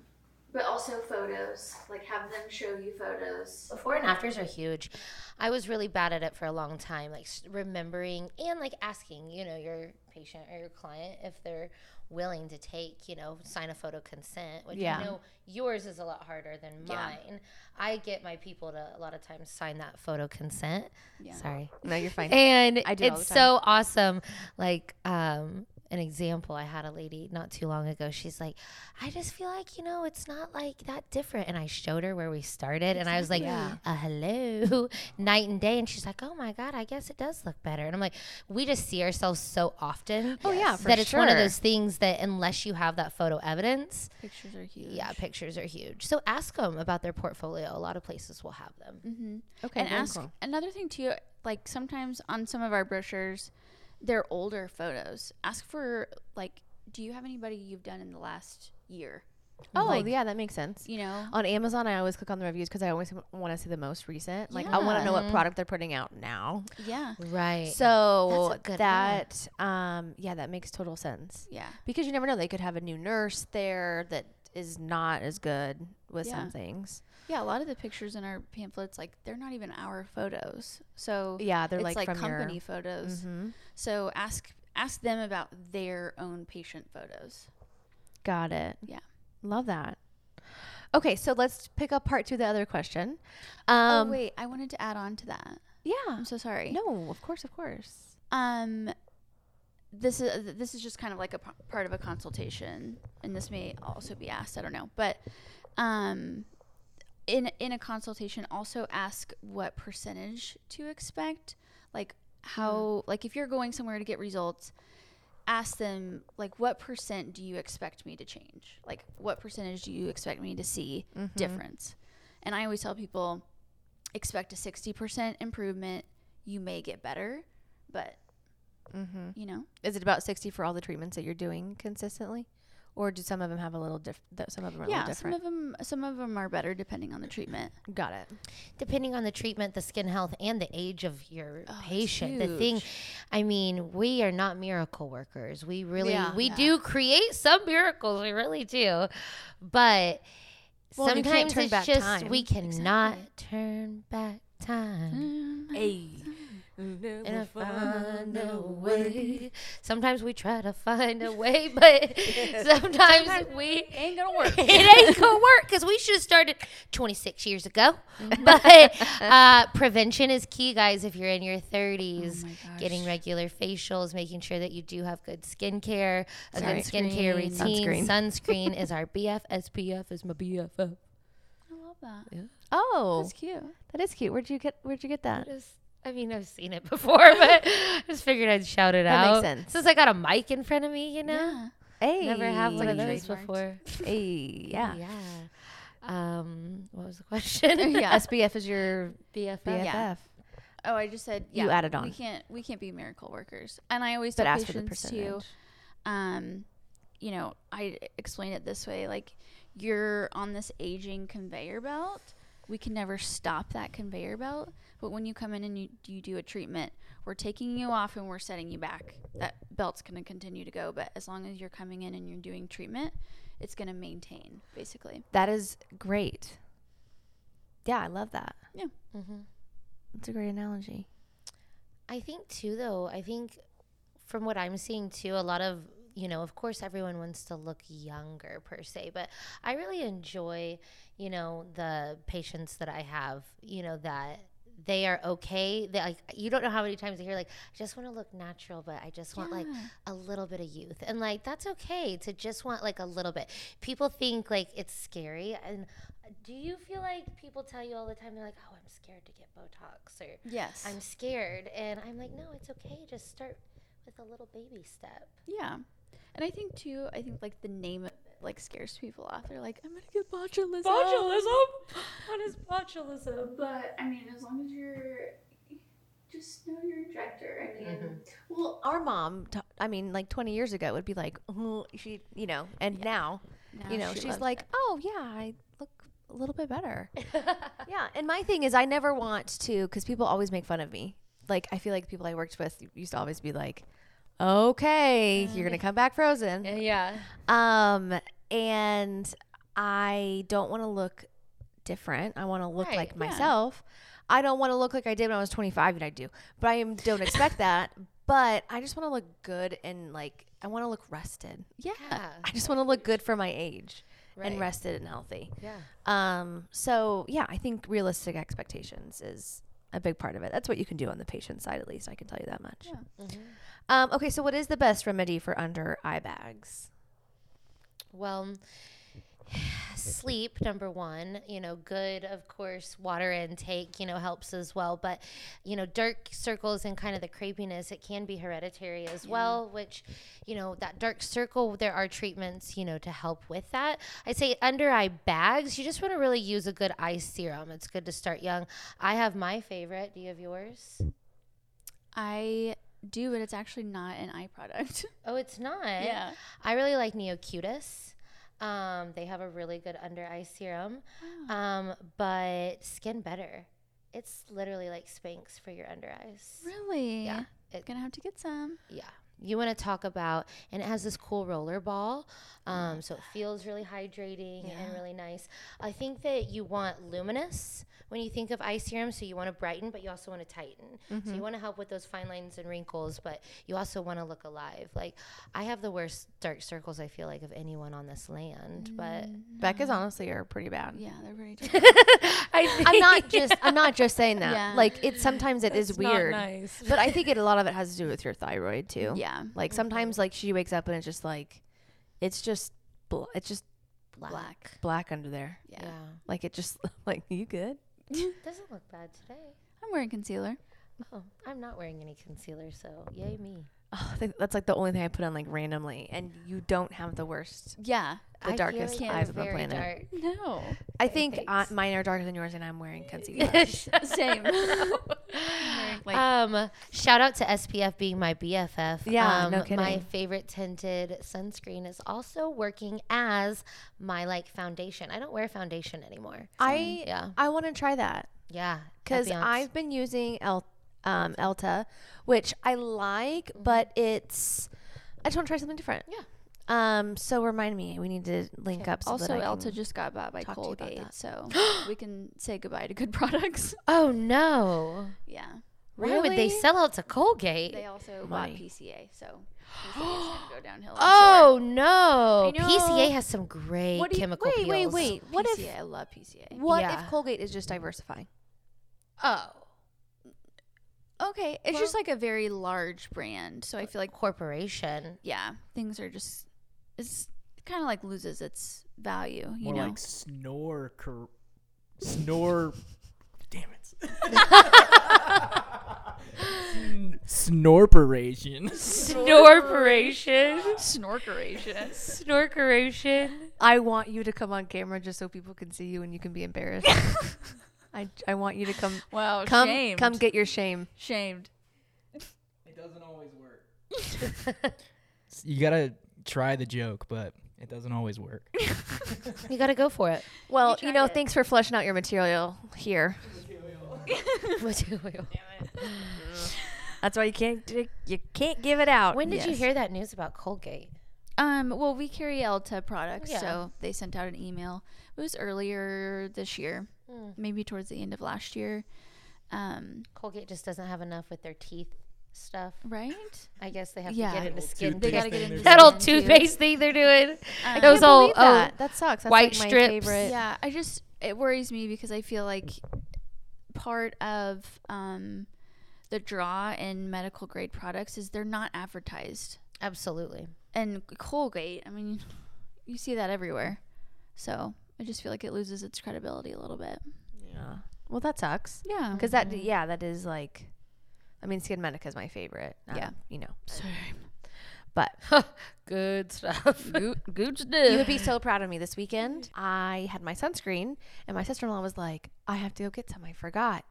[SPEAKER 5] but also photos, like have them show you photos.
[SPEAKER 2] Before and afters are huge. I was really bad at it for a long time, like s- remembering and like asking, you know, your patient or your client if they're willing to take, you know, sign a photo consent, which
[SPEAKER 1] Yeah.
[SPEAKER 2] I know yours is a lot harder than
[SPEAKER 3] Yeah.
[SPEAKER 2] mine. I get my people to a lot of times sign that photo consent.
[SPEAKER 3] Yeah.
[SPEAKER 2] Sorry.
[SPEAKER 1] No, you're fine.
[SPEAKER 2] and
[SPEAKER 1] I do it all
[SPEAKER 2] it's
[SPEAKER 1] the time.
[SPEAKER 2] so awesome like um an example i had a lady not too long ago she's like i just feel like you know it's not like that different and i showed her where we started and i was like
[SPEAKER 1] Exactly.
[SPEAKER 2] uh, hello night and day and she's like oh my god i guess it does look better and i'm like we just see ourselves so often
[SPEAKER 1] Oh, yeah, for
[SPEAKER 2] that it's one of
[SPEAKER 1] sure.
[SPEAKER 2] those things that unless you have that photo evidence
[SPEAKER 3] Pictures are huge.
[SPEAKER 2] yeah pictures are huge so ask them about their portfolio a lot of places will have them
[SPEAKER 3] Mm-hmm.
[SPEAKER 1] okay,
[SPEAKER 3] and ask another thing too like sometimes on some of our brochures their older photos. Ask for like, do you have anybody you've done in the last year?
[SPEAKER 1] Oh,
[SPEAKER 3] Like-
[SPEAKER 1] yeah, that makes sense.
[SPEAKER 3] You know,
[SPEAKER 1] On Amazon, I always click on the reviews because I always want to see the most recent. Like, I want to know what
[SPEAKER 2] Yeah.
[SPEAKER 1] product they're putting out now.
[SPEAKER 3] yeah,
[SPEAKER 2] Right.
[SPEAKER 1] So eh.
[SPEAKER 2] That's a good
[SPEAKER 1] that, um, yeah, that makes total sense
[SPEAKER 3] yeah,
[SPEAKER 1] because you never know. They could have a new nurse there that is not as good with
[SPEAKER 3] Yeah.
[SPEAKER 1] some things.
[SPEAKER 3] yeah. A lot of the pictures in our pamphlets, like, they're not even our photos. So
[SPEAKER 1] Yeah, they're
[SPEAKER 3] it's
[SPEAKER 1] like,
[SPEAKER 3] like, Mm-hmm.
[SPEAKER 1] from
[SPEAKER 3] company
[SPEAKER 1] Your,
[SPEAKER 3] photos.
[SPEAKER 1] Mhm.
[SPEAKER 3] So ask ask them about their own patient photos.
[SPEAKER 1] Got it.
[SPEAKER 3] Yeah.
[SPEAKER 1] Love that. Okay, so let's pick up part two, the other question.
[SPEAKER 3] oh
[SPEAKER 1] Um,
[SPEAKER 3] wait, I wanted to add on to that.
[SPEAKER 1] yeah.
[SPEAKER 3] I'm so sorry.
[SPEAKER 1] No, of course, of course.
[SPEAKER 3] Um, this is this is just kind of like a p- part of a consultation, and this may also be asked. I don't know, but um, in in a consultation, also ask what percentage to expect. Like how, like if you're going somewhere to get results, ask them like what percent do you expect me to change? Like what percentage do you expect me to see difference? And I always tell people expect a 60% improvement. You may get better, but
[SPEAKER 1] Mm-hmm.
[SPEAKER 3] you know,
[SPEAKER 1] Is it about sixty for all the treatments that you're doing consistently, or do some of them have a little diff? that Some of them are a
[SPEAKER 3] yeah,
[SPEAKER 1] little
[SPEAKER 3] some
[SPEAKER 1] different.
[SPEAKER 3] of them some of them are better depending on the treatment.
[SPEAKER 1] Got it.
[SPEAKER 2] depending on the treatment, the skin health, and the age of your
[SPEAKER 1] Oh,
[SPEAKER 3] it's
[SPEAKER 2] patient. The thing,
[SPEAKER 3] huge.
[SPEAKER 2] I mean, we are not miracle workers. We really,
[SPEAKER 3] Yeah.
[SPEAKER 2] we
[SPEAKER 3] Yeah.
[SPEAKER 2] do create some miracles. We really do, but
[SPEAKER 1] Well, and you can't
[SPEAKER 2] sometimes
[SPEAKER 1] turn
[SPEAKER 2] it's
[SPEAKER 1] back
[SPEAKER 2] just
[SPEAKER 1] time.
[SPEAKER 2] we cannot turn back time.
[SPEAKER 3] Mm-hmm.
[SPEAKER 1] Hey.
[SPEAKER 2] And I find a way. Sometimes we try to find a way, but sometimes we
[SPEAKER 3] Ain't gonna work.
[SPEAKER 2] it ain't gonna work because we should have started 26 years ago. But uh, prevention is key, guys. If you're in your 30s, getting regular facials, making sure that you do have good skincare, a good skincare
[SPEAKER 3] Sunscreen.
[SPEAKER 2] routine. Sunscreen, is our BF. SPF is my BFF.
[SPEAKER 3] I love that.
[SPEAKER 1] Oh,
[SPEAKER 3] That's cute.
[SPEAKER 1] that is cute. Where'd you get? Where'd you get that?
[SPEAKER 2] Just- I mean, I've seen it before, but I just figured I'd shout it
[SPEAKER 1] That
[SPEAKER 2] out.
[SPEAKER 1] makes sense.
[SPEAKER 2] Since I got a mic in front of me, you know.
[SPEAKER 3] Yeah.
[SPEAKER 1] Hey,
[SPEAKER 2] Never have one of
[SPEAKER 3] a
[SPEAKER 2] those
[SPEAKER 3] trademarked.
[SPEAKER 2] before.
[SPEAKER 1] Hey, yeah.
[SPEAKER 2] Yeah. Um, what was the question?
[SPEAKER 3] Yeah.
[SPEAKER 1] SPF is your
[SPEAKER 2] BFF.
[SPEAKER 1] BFF.
[SPEAKER 3] Oh, I just said yeah.
[SPEAKER 1] You added
[SPEAKER 3] We
[SPEAKER 1] on.
[SPEAKER 3] can't we can't be miracle workers. And I always
[SPEAKER 1] But
[SPEAKER 3] tell
[SPEAKER 1] ask for the
[SPEAKER 3] patients too.
[SPEAKER 1] percentage.
[SPEAKER 3] Um, you know, I explain it this way: like you're on this aging conveyor belt. We can never stop that conveyor belt. But when you come in and you, you do a treatment, we're taking you off and we're setting you back. That belt's going to continue to go. But as long as you're coming in and you're doing treatment, it's going to maintain basically.
[SPEAKER 1] That is great. Yeah, I love that.
[SPEAKER 2] hmm
[SPEAKER 1] That's a great analogy.
[SPEAKER 2] I think too, though. I think from what I'm seeing too, a lot of you know, of course, everyone wants to look younger per se, but I really enjoy you know the patients that I have. You know that they are okay. They like you don't know how many times I hear like I just want to look natural, but I just want like a little bit of youth. And like that's okay to just want like a little bit. People think like it's scary. And do you feel like people tell you all the time they're like, "Oh, I'm scared to get Botox," or
[SPEAKER 3] Yes.
[SPEAKER 2] I'm scared. And I'm like, no, it's okay. Just start with a little baby step.
[SPEAKER 3] yeah. And I think too. I think like the name of it, like scares people off. They're like, I'm going to get botulism.
[SPEAKER 2] What is botulism?
[SPEAKER 5] But I mean, as long as you're just know your injector. I mean, well,
[SPEAKER 1] Our mom, t- I mean, like 20 years ago, would be like, oh, she, you know, and now,
[SPEAKER 3] Now
[SPEAKER 1] you know,
[SPEAKER 3] she
[SPEAKER 1] she's
[SPEAKER 3] loves
[SPEAKER 1] like,
[SPEAKER 3] it.
[SPEAKER 1] oh, yeah, I look a little bit better. yeah. And my thing is, I never want to, because people always make fun of me. Like, I feel like people I worked with used to always be like, okay, you're going to come back frozen.
[SPEAKER 3] yeah.
[SPEAKER 1] Um, and I don't want to look different. I want to look
[SPEAKER 2] Right,
[SPEAKER 1] like
[SPEAKER 2] yeah.
[SPEAKER 1] myself. I don't want to look like I did when I was 25 and I do, but I am, don't expect that. But I just want to look good and like, I want to look rested.
[SPEAKER 3] Yeah.
[SPEAKER 2] Yeah.
[SPEAKER 1] I just want to look good for my age
[SPEAKER 2] Right.
[SPEAKER 1] and rested and healthy.
[SPEAKER 2] Yeah.
[SPEAKER 1] Um, so yeah, I think realistic expectations is a big part of it. That's what you can do on the patient side, at least. I can tell you that much.
[SPEAKER 2] Mm-hmm.
[SPEAKER 1] Um, okay. So what is the best remedy for under eye bags?
[SPEAKER 2] Well, sleep number one you know good of course water intake you know helps as well but you know dark circles and kind of the crepiness it can be hereditary as well which you know that dark circle there are treatments you know to help with that i say under eye bags you just want to really use a good eye serum it's good to start young i have my favorite do you have yours
[SPEAKER 3] I do, but it's actually not an eye product.
[SPEAKER 2] Oh, it's not.
[SPEAKER 3] yeah.
[SPEAKER 2] I really like Neocutis. Um, they have a really good under eye serum, um, but Skin Better. It's literally like Spanx for your under eyes.
[SPEAKER 3] Really?
[SPEAKER 2] Yeah. It-
[SPEAKER 3] Gonna have to get some.
[SPEAKER 2] Yeah. You want to talk about, and it has this cool roller ball, um, so it feels really hydrating and really nice. I think that you want luminous when you think of eye serum, so you want to brighten, but you also want to tighten. So you want to help with those fine lines and wrinkles, but you also want to look alive. Like I have the worst dark circles I feel like of anyone on this land, but
[SPEAKER 1] Becca's honestly are pretty bad.
[SPEAKER 3] Mm. Yeah, they're very. different.
[SPEAKER 2] I think
[SPEAKER 1] I'm not just I'm not just saying that.
[SPEAKER 3] Yeah.
[SPEAKER 1] Like it's sometimes it is
[SPEAKER 4] It's
[SPEAKER 1] weird.
[SPEAKER 4] Not nice.
[SPEAKER 1] But I think it a lot of it has to do with your thyroid too.
[SPEAKER 3] yeah.
[SPEAKER 1] Like
[SPEAKER 2] Mm-hmm.
[SPEAKER 1] sometimes like she wakes up and it's just like it's just bl- it's just
[SPEAKER 2] black.
[SPEAKER 3] Black.
[SPEAKER 1] black under there.
[SPEAKER 3] Yeah.
[SPEAKER 2] yeah,
[SPEAKER 1] Like it just like you good?
[SPEAKER 2] doesn't look bad today.
[SPEAKER 3] I'm wearing concealer.
[SPEAKER 2] Oh, I'm not wearing any concealer, so yay me.
[SPEAKER 1] Oh, I think that's like the only thing I put on like randomly and you don't have the worst
[SPEAKER 3] Yeah.
[SPEAKER 1] the
[SPEAKER 2] I feel
[SPEAKER 1] darkest
[SPEAKER 2] like
[SPEAKER 1] eyes
[SPEAKER 2] you're
[SPEAKER 1] on the
[SPEAKER 2] very
[SPEAKER 1] planet.
[SPEAKER 2] dark.
[SPEAKER 3] No.
[SPEAKER 1] I think I,
[SPEAKER 2] thanks.
[SPEAKER 1] mine are darker than yours and I'm wearing concealer.
[SPEAKER 3] Same. like,
[SPEAKER 2] um, shout out to SPF being my BFF.
[SPEAKER 1] Yeah,
[SPEAKER 2] um,
[SPEAKER 1] no kidding.
[SPEAKER 2] My favorite tinted sunscreen is also working as my like foundation. I don't wear foundation anymore.
[SPEAKER 1] I
[SPEAKER 2] Yeah.
[SPEAKER 1] I want to try that.
[SPEAKER 2] Yeah,
[SPEAKER 1] because
[SPEAKER 2] Eviance.
[SPEAKER 1] I've been using El, um, Elta, which I like, but it's I just want to try something different.
[SPEAKER 2] Yeah.
[SPEAKER 1] Um. So remind me, we need to link up. So
[SPEAKER 3] also,
[SPEAKER 1] that I
[SPEAKER 3] Elta
[SPEAKER 1] can-
[SPEAKER 3] just got bought by
[SPEAKER 1] talk to you about
[SPEAKER 3] Colgate,
[SPEAKER 1] that.
[SPEAKER 3] so we can say goodbye to good products.
[SPEAKER 2] Oh no!
[SPEAKER 3] Yeah.
[SPEAKER 2] Why would they
[SPEAKER 1] Really?
[SPEAKER 2] sell out to Colgate?
[SPEAKER 3] They also
[SPEAKER 1] Money.
[SPEAKER 3] bought PCA, so PCA is gonna go downhill. I'm
[SPEAKER 2] oh no!
[SPEAKER 1] I know.
[SPEAKER 2] PCA has some great
[SPEAKER 1] What do you-
[SPEAKER 2] chemical
[SPEAKER 1] wait, wait,
[SPEAKER 2] peels.
[SPEAKER 1] wait.
[SPEAKER 3] sure.
[SPEAKER 1] What
[SPEAKER 3] PCA,
[SPEAKER 1] if
[SPEAKER 3] I love PCA.
[SPEAKER 1] what
[SPEAKER 2] Yeah.
[SPEAKER 1] if Colgate is just diversifying?
[SPEAKER 2] Oh,
[SPEAKER 3] Okay, it's just like a very large brand, so I feel like
[SPEAKER 2] corporation.
[SPEAKER 3] yeah, things are just it's kind of like loses its value, you
[SPEAKER 6] More
[SPEAKER 3] know.
[SPEAKER 6] like snore, cor- snore. damn it. Sn- Snorperation.
[SPEAKER 2] Snorperation.
[SPEAKER 3] Snorkeration.
[SPEAKER 2] Snorkeration.
[SPEAKER 1] I want you to come on camera just so people can see you and you can be embarrassed. I, I want you to come
[SPEAKER 3] Wow,
[SPEAKER 1] come
[SPEAKER 3] shamed.
[SPEAKER 1] come get your shame.
[SPEAKER 3] shamed.
[SPEAKER 6] It doesn't always work. you gotta try the joke, but it doesn't always work.
[SPEAKER 2] You gotta go for it.
[SPEAKER 1] Well, you, know, thanks for fleshing out your material here.
[SPEAKER 2] Material.
[SPEAKER 4] That's why you can't d- you can't give it out.
[SPEAKER 2] When did you
[SPEAKER 3] Yes.
[SPEAKER 2] hear that news about Colgate?
[SPEAKER 3] Um, well, we carry Elta products,
[SPEAKER 2] Yeah.
[SPEAKER 3] so they sent out an email. It was earlier this year, maybe towards the end of last year. Um,
[SPEAKER 2] Colgate just doesn't have enough with their teeth stuff.
[SPEAKER 3] right?
[SPEAKER 2] I guess they have
[SPEAKER 3] Yeah.
[SPEAKER 2] to get
[SPEAKER 3] That
[SPEAKER 2] into
[SPEAKER 6] old
[SPEAKER 2] skin.
[SPEAKER 6] toothpaste
[SPEAKER 2] They gotta
[SPEAKER 6] thing
[SPEAKER 2] get
[SPEAKER 6] they're
[SPEAKER 2] into
[SPEAKER 6] doing.
[SPEAKER 2] that old
[SPEAKER 3] Skin tube.
[SPEAKER 2] toothpaste thing they're doing.
[SPEAKER 3] Um,
[SPEAKER 2] Those
[SPEAKER 1] Believe
[SPEAKER 2] old oh
[SPEAKER 1] that. that sucks. That's
[SPEAKER 2] white
[SPEAKER 1] like my
[SPEAKER 2] strips.
[SPEAKER 1] favorite.
[SPEAKER 3] Yeah, I just it worries me because I feel like part of um the draw in medical grade products is they're not advertised.
[SPEAKER 2] absolutely.
[SPEAKER 3] And Colgate, I mean, you see that everywhere. So I just feel like it loses its credibility a little bit.
[SPEAKER 1] Yeah. Well, that sucks.
[SPEAKER 3] Yeah,
[SPEAKER 1] because that yeah that is like i mean skin medica is my favorite um,
[SPEAKER 3] Yeah.
[SPEAKER 1] you know
[SPEAKER 2] Good stuff.
[SPEAKER 3] Gooch
[SPEAKER 1] you would be so proud of me this weekend i had my sunscreen and my sister-in-law was like i have to go get some i forgot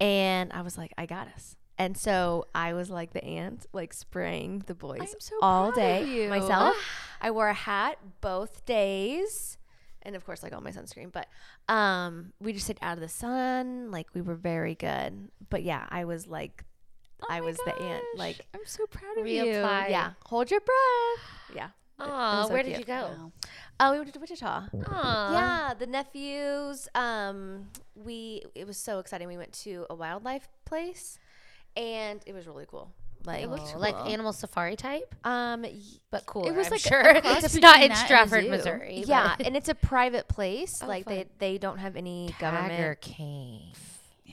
[SPEAKER 1] and i was like i got us and so i was like the aunt like spraying the boys
[SPEAKER 3] I'm so
[SPEAKER 1] all
[SPEAKER 3] proud
[SPEAKER 1] day
[SPEAKER 3] of you.
[SPEAKER 1] myself i wore a hat both days and of course like all my sunscreen but um we just stayed out of the sun like we were very good but yeah i was like
[SPEAKER 3] Oh
[SPEAKER 1] i was the aunt like
[SPEAKER 3] I'm so proud of you.
[SPEAKER 2] Reapply.
[SPEAKER 1] Yeah. Hold your breath. Yeah.
[SPEAKER 2] Aw,
[SPEAKER 1] so
[SPEAKER 2] where did
[SPEAKER 1] cute.
[SPEAKER 2] you go?
[SPEAKER 1] Oh, we went to Wichita.
[SPEAKER 2] Aw.
[SPEAKER 1] Yeah, the nephews. Um, we it was so exciting. We went to a wildlife place, and it was really cool. Like,
[SPEAKER 2] Like, Oh, like animal safari type,
[SPEAKER 1] um, y-
[SPEAKER 2] but cool.
[SPEAKER 1] was
[SPEAKER 2] I'm
[SPEAKER 1] like a
[SPEAKER 2] sure
[SPEAKER 1] cross
[SPEAKER 2] it's not in
[SPEAKER 3] between that and a
[SPEAKER 2] Stratford,
[SPEAKER 3] zoo.
[SPEAKER 2] Missouri. but- Oh,
[SPEAKER 1] yeah, and it's a private place. like they
[SPEAKER 2] fun.
[SPEAKER 1] they don't have any
[SPEAKER 2] Tiger
[SPEAKER 1] government.
[SPEAKER 2] King.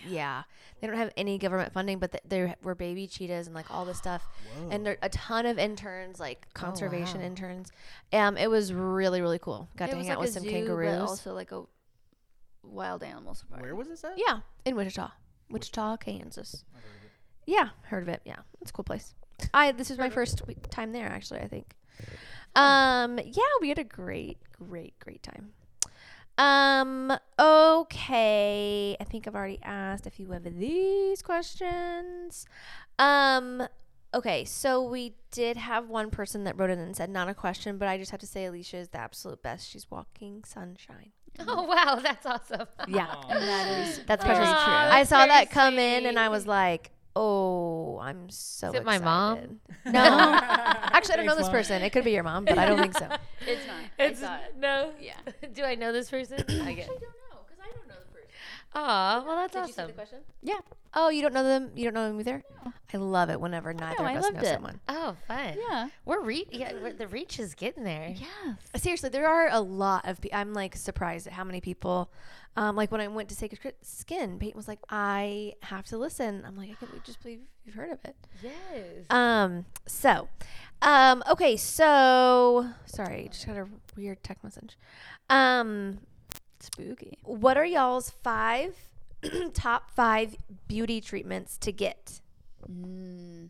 [SPEAKER 1] Yeah. they don't have any government funding, but th- there were baby cheetahs and like all this stuff, and there a ton of interns, like conservation
[SPEAKER 2] Oh, wow.
[SPEAKER 1] interns. Um, it was really really cool. Got to hang out with some kangaroos.
[SPEAKER 3] also like a wild animal safari.
[SPEAKER 6] Where was this at?
[SPEAKER 1] Yeah, in Wichita, Wichita, Kansas. Yeah, heard of it. Yeah, it's a cool place. I this is my first we- time there actually. I think. Um. Yeah, we had a great, great, great time. Um. Okay. I think I've already asked a few of these questions. Um. Okay, so we did have one person that wrote in and said, not a question, but I just have to say Alicia is the absolute best. She's walking sunshine.
[SPEAKER 2] Oh wow, that's awesome.
[SPEAKER 4] Yeah.
[SPEAKER 6] Um,
[SPEAKER 3] That is
[SPEAKER 1] That's
[SPEAKER 2] Very
[SPEAKER 1] precious.
[SPEAKER 2] true.
[SPEAKER 1] I
[SPEAKER 2] That's
[SPEAKER 1] saw
[SPEAKER 2] very
[SPEAKER 1] that come in and I was
[SPEAKER 2] sweet.
[SPEAKER 1] like, oh, I'm so
[SPEAKER 2] Is it my mom?
[SPEAKER 1] excited. No. Actually, I don't know this person. It could be your mom, but I don't think so.
[SPEAKER 3] it's not.
[SPEAKER 2] It's
[SPEAKER 3] It's not.
[SPEAKER 2] no.
[SPEAKER 3] Yeah.
[SPEAKER 2] Do I know this person? I
[SPEAKER 3] I
[SPEAKER 2] get.
[SPEAKER 3] don't know because I don't know the person.
[SPEAKER 2] Aw, well that's awesome.
[SPEAKER 1] question?
[SPEAKER 4] Yeah.
[SPEAKER 1] Oh, you don't know them? You don't know them either?
[SPEAKER 3] No.
[SPEAKER 1] I love it whenever neither
[SPEAKER 3] know,
[SPEAKER 1] of
[SPEAKER 3] I
[SPEAKER 1] us know
[SPEAKER 3] loved it.
[SPEAKER 1] someone.
[SPEAKER 2] Oh, fun.
[SPEAKER 3] Yeah.
[SPEAKER 2] We're re- yeah, we're, the reach is getting there.
[SPEAKER 3] Yes.
[SPEAKER 1] Seriously, there are a lot of people. I'm like surprised at how many people. Um, like when I went to Sacred Cri- Skin, Peyton was like, "I have to listen." I'm like, "I can't believe- just believe you've heard of it."
[SPEAKER 2] Yes.
[SPEAKER 1] Um, so, um, okay, so sorry, just got a weird text message. Um,
[SPEAKER 3] Spooky.
[SPEAKER 1] what are y'all's five top five beauty treatments to get?
[SPEAKER 3] Mm.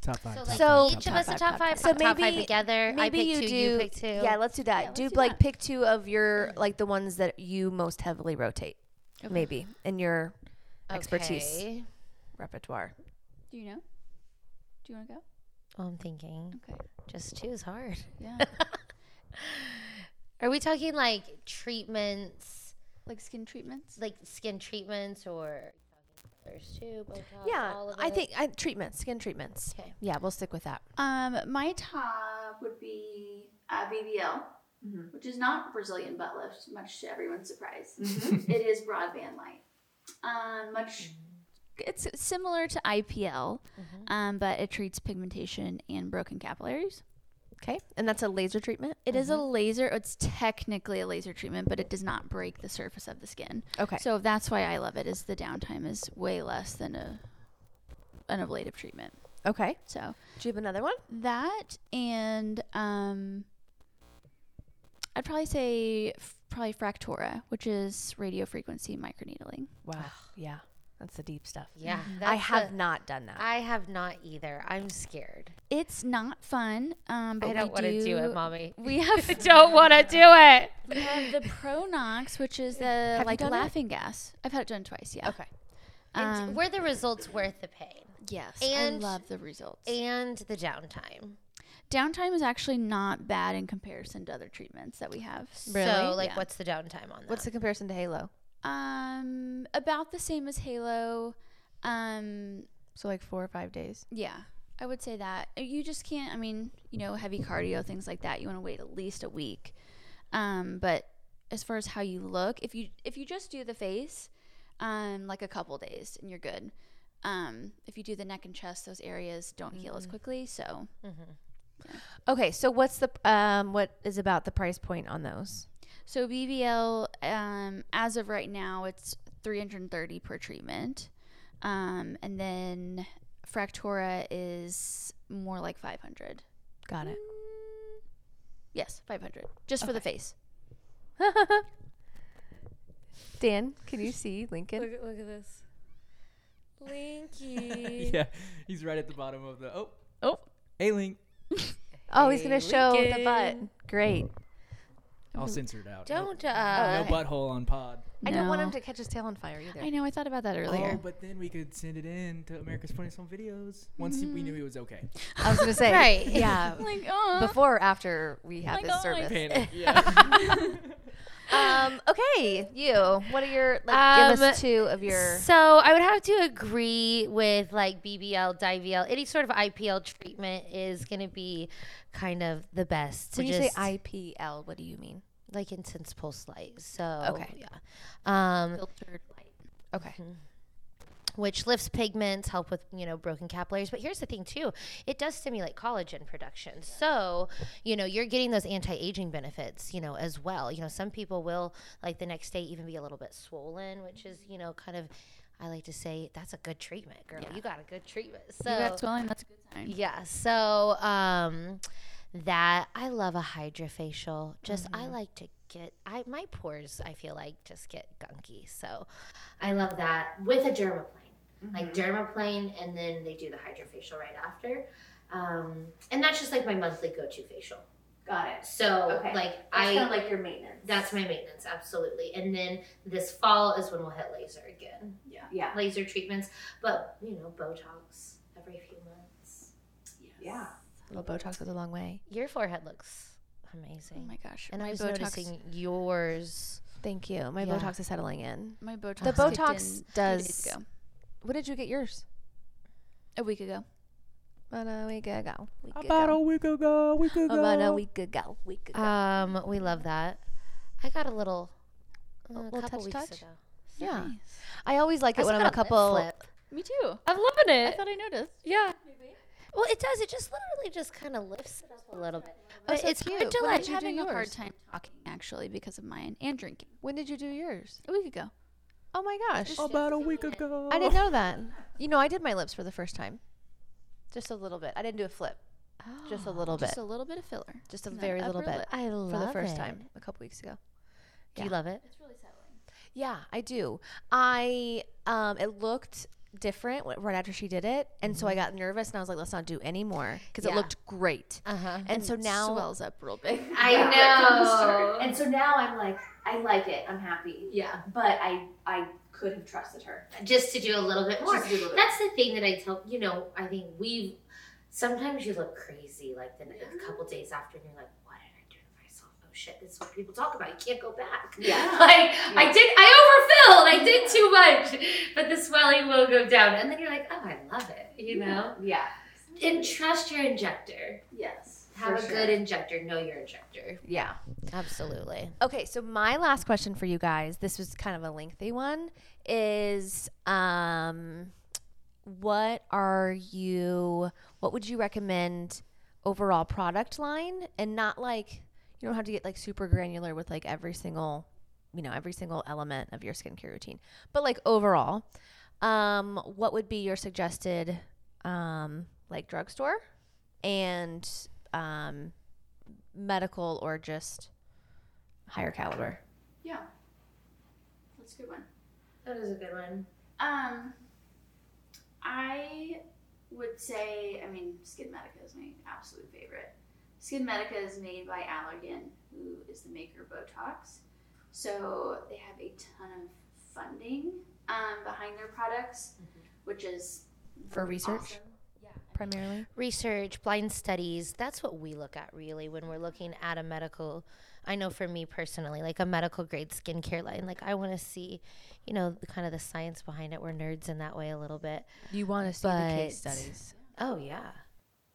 [SPEAKER 6] Top five.
[SPEAKER 2] Hmm. So,
[SPEAKER 6] top
[SPEAKER 2] like,
[SPEAKER 1] So-
[SPEAKER 6] five,
[SPEAKER 2] each
[SPEAKER 6] top
[SPEAKER 2] of us
[SPEAKER 6] five.
[SPEAKER 2] a top five.
[SPEAKER 1] So
[SPEAKER 2] top five
[SPEAKER 1] maybe-
[SPEAKER 2] together. I pick two. You pick two.
[SPEAKER 1] Yeah, let's do that.
[SPEAKER 3] Yeah,
[SPEAKER 1] do
[SPEAKER 3] let's do
[SPEAKER 1] like
[SPEAKER 3] that.
[SPEAKER 1] pick two of your
[SPEAKER 2] Mm.
[SPEAKER 1] like the ones that you most heavily rotate,
[SPEAKER 3] Okay.
[SPEAKER 1] maybe in your expertise
[SPEAKER 2] Okay.
[SPEAKER 1] repertoire.
[SPEAKER 3] Do you know? Do you want to go?
[SPEAKER 2] Well, I'm thinking
[SPEAKER 3] Okay.
[SPEAKER 2] just choose hard.
[SPEAKER 3] Yeah.
[SPEAKER 2] Are we talking like treatments,
[SPEAKER 3] like skin treatments.
[SPEAKER 2] like skin treatments, or there's two? Botox, all
[SPEAKER 1] yeah,
[SPEAKER 2] of
[SPEAKER 1] I
[SPEAKER 2] it?
[SPEAKER 1] think I, treatments, skin treatments.
[SPEAKER 2] Okay.
[SPEAKER 1] Yeah, we'll stick with that.
[SPEAKER 3] Um, my top.
[SPEAKER 5] Top would be uh, BBL, which is not Brazilian butt lift, much to everyone's surprise. It is broadband light. Um, much
[SPEAKER 3] It's similar to IPL,
[SPEAKER 1] Mm-hmm.
[SPEAKER 3] um, but it treats pigmentation and broken capillaries.
[SPEAKER 1] Okay, and that's a laser treatment.
[SPEAKER 3] It is
[SPEAKER 1] Mm-hmm.
[SPEAKER 3] a laser. It's technically a laser treatment, but it does not break the surface of the skin.
[SPEAKER 1] Okay,
[SPEAKER 3] So that's why I love it. Is the downtime is way less than a an ablative treatment.
[SPEAKER 1] okay.
[SPEAKER 3] So
[SPEAKER 1] Do you have another one?
[SPEAKER 3] that and um, I'd probably say f- probably Fractura, which is radio frequency microneedling.
[SPEAKER 1] Wow. yeah, that's the deep stuff.
[SPEAKER 2] Yeah,
[SPEAKER 1] I
[SPEAKER 2] that's
[SPEAKER 1] have
[SPEAKER 2] the-
[SPEAKER 1] not done that.
[SPEAKER 2] I have not either. I'm scared.
[SPEAKER 3] It's not fun. Um, but
[SPEAKER 2] I don't
[SPEAKER 3] want to
[SPEAKER 2] do it, mommy.
[SPEAKER 3] We have
[SPEAKER 2] I don't want to do it.
[SPEAKER 3] we have the Pronox, which is the
[SPEAKER 1] you
[SPEAKER 3] like
[SPEAKER 1] done it?
[SPEAKER 3] laughing gas. I've had it done twice. Yeah.
[SPEAKER 1] Okay.
[SPEAKER 2] And
[SPEAKER 3] Um,
[SPEAKER 2] were the results worth the pain
[SPEAKER 3] yes.
[SPEAKER 2] and-
[SPEAKER 3] I love the results.
[SPEAKER 2] and the downtime?
[SPEAKER 3] Downtime is actually not bad in comparison to other treatments that we have.
[SPEAKER 1] Really?
[SPEAKER 2] So, like,
[SPEAKER 3] Yeah.
[SPEAKER 2] what's the downtime on that?
[SPEAKER 1] What's the comparison to Halo?
[SPEAKER 3] Um, about the same as Halo. Um,
[SPEAKER 1] So like four or five days.
[SPEAKER 3] yeah, I would say that Uh, you just can't. I mean, you know, heavy cardio things like that. You want to wait at least a week. Um, but as far as how you look, if you if you just do the face, um, like a couple days and you're good. Um, if you do the neck and chest, those areas don't heal as quickly. So
[SPEAKER 1] Okay, so what's the um what is about the price point on those?
[SPEAKER 3] So BBL, um, as of right now, it's 330 per treatment, um, and then Fractura is more like 500.
[SPEAKER 1] Got it.
[SPEAKER 3] Yes, 500, just for the face.
[SPEAKER 1] Dan, can you see Lincoln?
[SPEAKER 2] at, look at this.
[SPEAKER 6] yeah, he's right at the bottom of the. Oh,
[SPEAKER 3] Oh.
[SPEAKER 6] a link.
[SPEAKER 1] Oh, he's gonna show the butt.
[SPEAKER 2] Lincoln.
[SPEAKER 1] Great.
[SPEAKER 6] I'll censor it out. Nope.
[SPEAKER 2] Don't. Uh,
[SPEAKER 6] No butthole on pod.
[SPEAKER 1] I don't want him
[SPEAKER 3] No.
[SPEAKER 1] to catch his tail on fire either.
[SPEAKER 3] I know. I thought about that earlier.
[SPEAKER 6] Oh, but then we could send it in to America's Funniest Home Videos once we knew he was okay.
[SPEAKER 1] I was gonna say,
[SPEAKER 2] Right.
[SPEAKER 1] Yeah,
[SPEAKER 3] Like, oh.
[SPEAKER 1] before or after we have
[SPEAKER 3] my
[SPEAKER 1] his
[SPEAKER 3] God.
[SPEAKER 1] service.
[SPEAKER 6] Panic. Yeah.
[SPEAKER 1] Um, okay, you. What are your like? give
[SPEAKER 2] Um,
[SPEAKER 1] us two of your.
[SPEAKER 2] So I would have to agree with like BBL, DIVL, any sort of IPL treatment is going to be kind of the best. to
[SPEAKER 1] When you say
[SPEAKER 2] just-
[SPEAKER 1] IPL, what do you mean?
[SPEAKER 2] like intense pulse light. So
[SPEAKER 1] Okay.
[SPEAKER 2] yeah, um,
[SPEAKER 3] filtered light.
[SPEAKER 1] Okay.
[SPEAKER 2] which lifts pigments, help with you know broken capillaries. But here's the thing too, it does stimulate collagen production. So you know you're getting those anti-aging benefits, you know, as well. You know, some people will like the next day even be a little bit swollen, which is you know kind of. I like to say that's a good treatment, girl. You got a good treatment. So
[SPEAKER 3] you got swelling. That's a good sign.
[SPEAKER 2] yeah. So um that I love a hydrofacial. Just I
[SPEAKER 5] Mm-hmm.
[SPEAKER 2] like to get I my pores I feel like just get gunky. So I
[SPEAKER 5] Mm-hmm.
[SPEAKER 2] love that with a dermaplane. Like dermaplane and then they do the hydrofacial right after. Um and that's just like my monthly go-to facial.
[SPEAKER 5] got it.
[SPEAKER 2] So
[SPEAKER 5] Okay.
[SPEAKER 2] like
[SPEAKER 5] That's
[SPEAKER 2] I
[SPEAKER 5] kind of like your maintenance.
[SPEAKER 2] that's my maintenance absolutely. And then this fall is when we'll hit laser again.
[SPEAKER 5] yeah. Yeah.
[SPEAKER 2] Laser treatments, but you know Botox every few months.
[SPEAKER 5] Yes.
[SPEAKER 7] Yeah.
[SPEAKER 1] A little Botox goes a long way.
[SPEAKER 2] Your forehead looks
[SPEAKER 3] Oh
[SPEAKER 2] amazing.
[SPEAKER 3] my gosh.
[SPEAKER 2] and
[SPEAKER 3] my
[SPEAKER 2] I was
[SPEAKER 3] Botox.
[SPEAKER 2] noticing yours.
[SPEAKER 1] Thank you. My
[SPEAKER 2] Yeah.
[SPEAKER 1] Botox is settling in.
[SPEAKER 3] My Botox.
[SPEAKER 1] The
[SPEAKER 3] kicked
[SPEAKER 1] Botox
[SPEAKER 3] in two
[SPEAKER 1] does-
[SPEAKER 3] days ago.
[SPEAKER 1] When did you get yours?
[SPEAKER 3] a week ago.
[SPEAKER 1] About a week ago. Week
[SPEAKER 6] About a
[SPEAKER 1] ago.
[SPEAKER 6] week ago, week
[SPEAKER 2] Oh,
[SPEAKER 6] ago.
[SPEAKER 1] About a week ago. Uh, Week ago.
[SPEAKER 2] Um, we love that. I got a little, a
[SPEAKER 1] little
[SPEAKER 2] couple weeks
[SPEAKER 1] touch-touch?
[SPEAKER 2] ago.
[SPEAKER 1] yeah. I always like it when
[SPEAKER 2] still
[SPEAKER 1] I'm a
[SPEAKER 2] got lip
[SPEAKER 1] couple.
[SPEAKER 2] flip.
[SPEAKER 3] Me too.
[SPEAKER 2] I'm loving it.
[SPEAKER 3] I thought I noticed.
[SPEAKER 2] yeah. Well, it does. It just literally just kind of lifts it up a little bit. But
[SPEAKER 1] so
[SPEAKER 2] it's hard
[SPEAKER 1] cute.
[SPEAKER 2] to
[SPEAKER 1] When
[SPEAKER 2] let
[SPEAKER 1] did
[SPEAKER 3] I'm
[SPEAKER 1] you
[SPEAKER 3] having
[SPEAKER 1] do
[SPEAKER 3] a hard
[SPEAKER 1] yours?
[SPEAKER 3] time talking actually because of mine and drinking.
[SPEAKER 1] When did you do yours?
[SPEAKER 3] A week ago.
[SPEAKER 1] Oh my gosh.
[SPEAKER 6] About a week ago.
[SPEAKER 1] I didn't know that. You know, I did my lips for the first time. Just a little bit. I didn't do a flip. Oh. Just a little
[SPEAKER 3] Just
[SPEAKER 1] bit.
[SPEAKER 3] a little bit of filler.
[SPEAKER 1] Just a
[SPEAKER 3] in that
[SPEAKER 1] very little
[SPEAKER 3] upper
[SPEAKER 1] bit.
[SPEAKER 3] lip.
[SPEAKER 2] I love
[SPEAKER 1] for the first
[SPEAKER 2] it.
[SPEAKER 1] time a couple weeks ago.
[SPEAKER 2] Do you
[SPEAKER 1] Yeah.
[SPEAKER 2] love it?
[SPEAKER 1] Yeah, I do. I um it looked different wh- right after she did it, and so I got nervous and I was like, let's not do any more because it
[SPEAKER 3] Mm-hmm. Yeah.
[SPEAKER 1] looked great.
[SPEAKER 2] Uh huh.
[SPEAKER 1] And, so now
[SPEAKER 3] swells up real big.
[SPEAKER 5] I know.
[SPEAKER 1] And so now I'm like, I like it. I'm happy.
[SPEAKER 5] yeah,
[SPEAKER 1] But I
[SPEAKER 5] I could have trusted her.
[SPEAKER 2] just to do a little bit more.
[SPEAKER 5] Just to do a little
[SPEAKER 2] That's the thing that I tell you know. I think we sometimes you look crazy like the a couple days after, and you're like, "What did I do to myself? Oh shit! This is what people talk about. You can't go back."
[SPEAKER 5] Yeah.
[SPEAKER 2] like I did. I overfilled. I did too much, but the swelling will go down, and then you're like, "Oh, I love it." You know.
[SPEAKER 5] Yeah.
[SPEAKER 2] And trust your injector.
[SPEAKER 5] Yes.
[SPEAKER 2] Have
[SPEAKER 5] for
[SPEAKER 2] a
[SPEAKER 5] sure.
[SPEAKER 2] good injector. Know your injector.
[SPEAKER 1] yeah.
[SPEAKER 2] Absolutely.
[SPEAKER 1] Okay, so my last question for you guys, this was kind of a lengthy one, is um what are you what would you recommend overall product line and not like you don't have to get like super granular with like every single you know, every single element of your skincare routine. But like overall, um what would be your suggested um like drugstore and um medical or just higher caliber.
[SPEAKER 5] Yeah. That's a good one.
[SPEAKER 2] That is a good one.
[SPEAKER 5] Um, I would say, I mean, Skin Medica is my absolute favorite. Skin Medica is made by Allergan, who is the maker of Botox. So they have a ton of funding um, behind their products,
[SPEAKER 2] Mm-hmm.
[SPEAKER 5] which is
[SPEAKER 1] For research? primarily.
[SPEAKER 2] research, blind studies, that's what we look at really when we're looking at a medical I know for me personally, like a medical grade skincare line, like I want to see, you know, the kind of the science behind it. We're nerds in that way a little bit.
[SPEAKER 1] You want to see
[SPEAKER 2] the case
[SPEAKER 1] studies.
[SPEAKER 2] Oh yeah.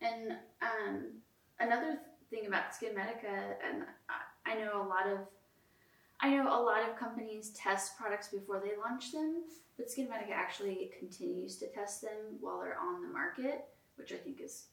[SPEAKER 5] And um, another thing about Skin Medica, and I- I know a lot of, I know a lot of companies test products before they launch them, but Skin Medica actually continues to test them while they're on the market, which I think is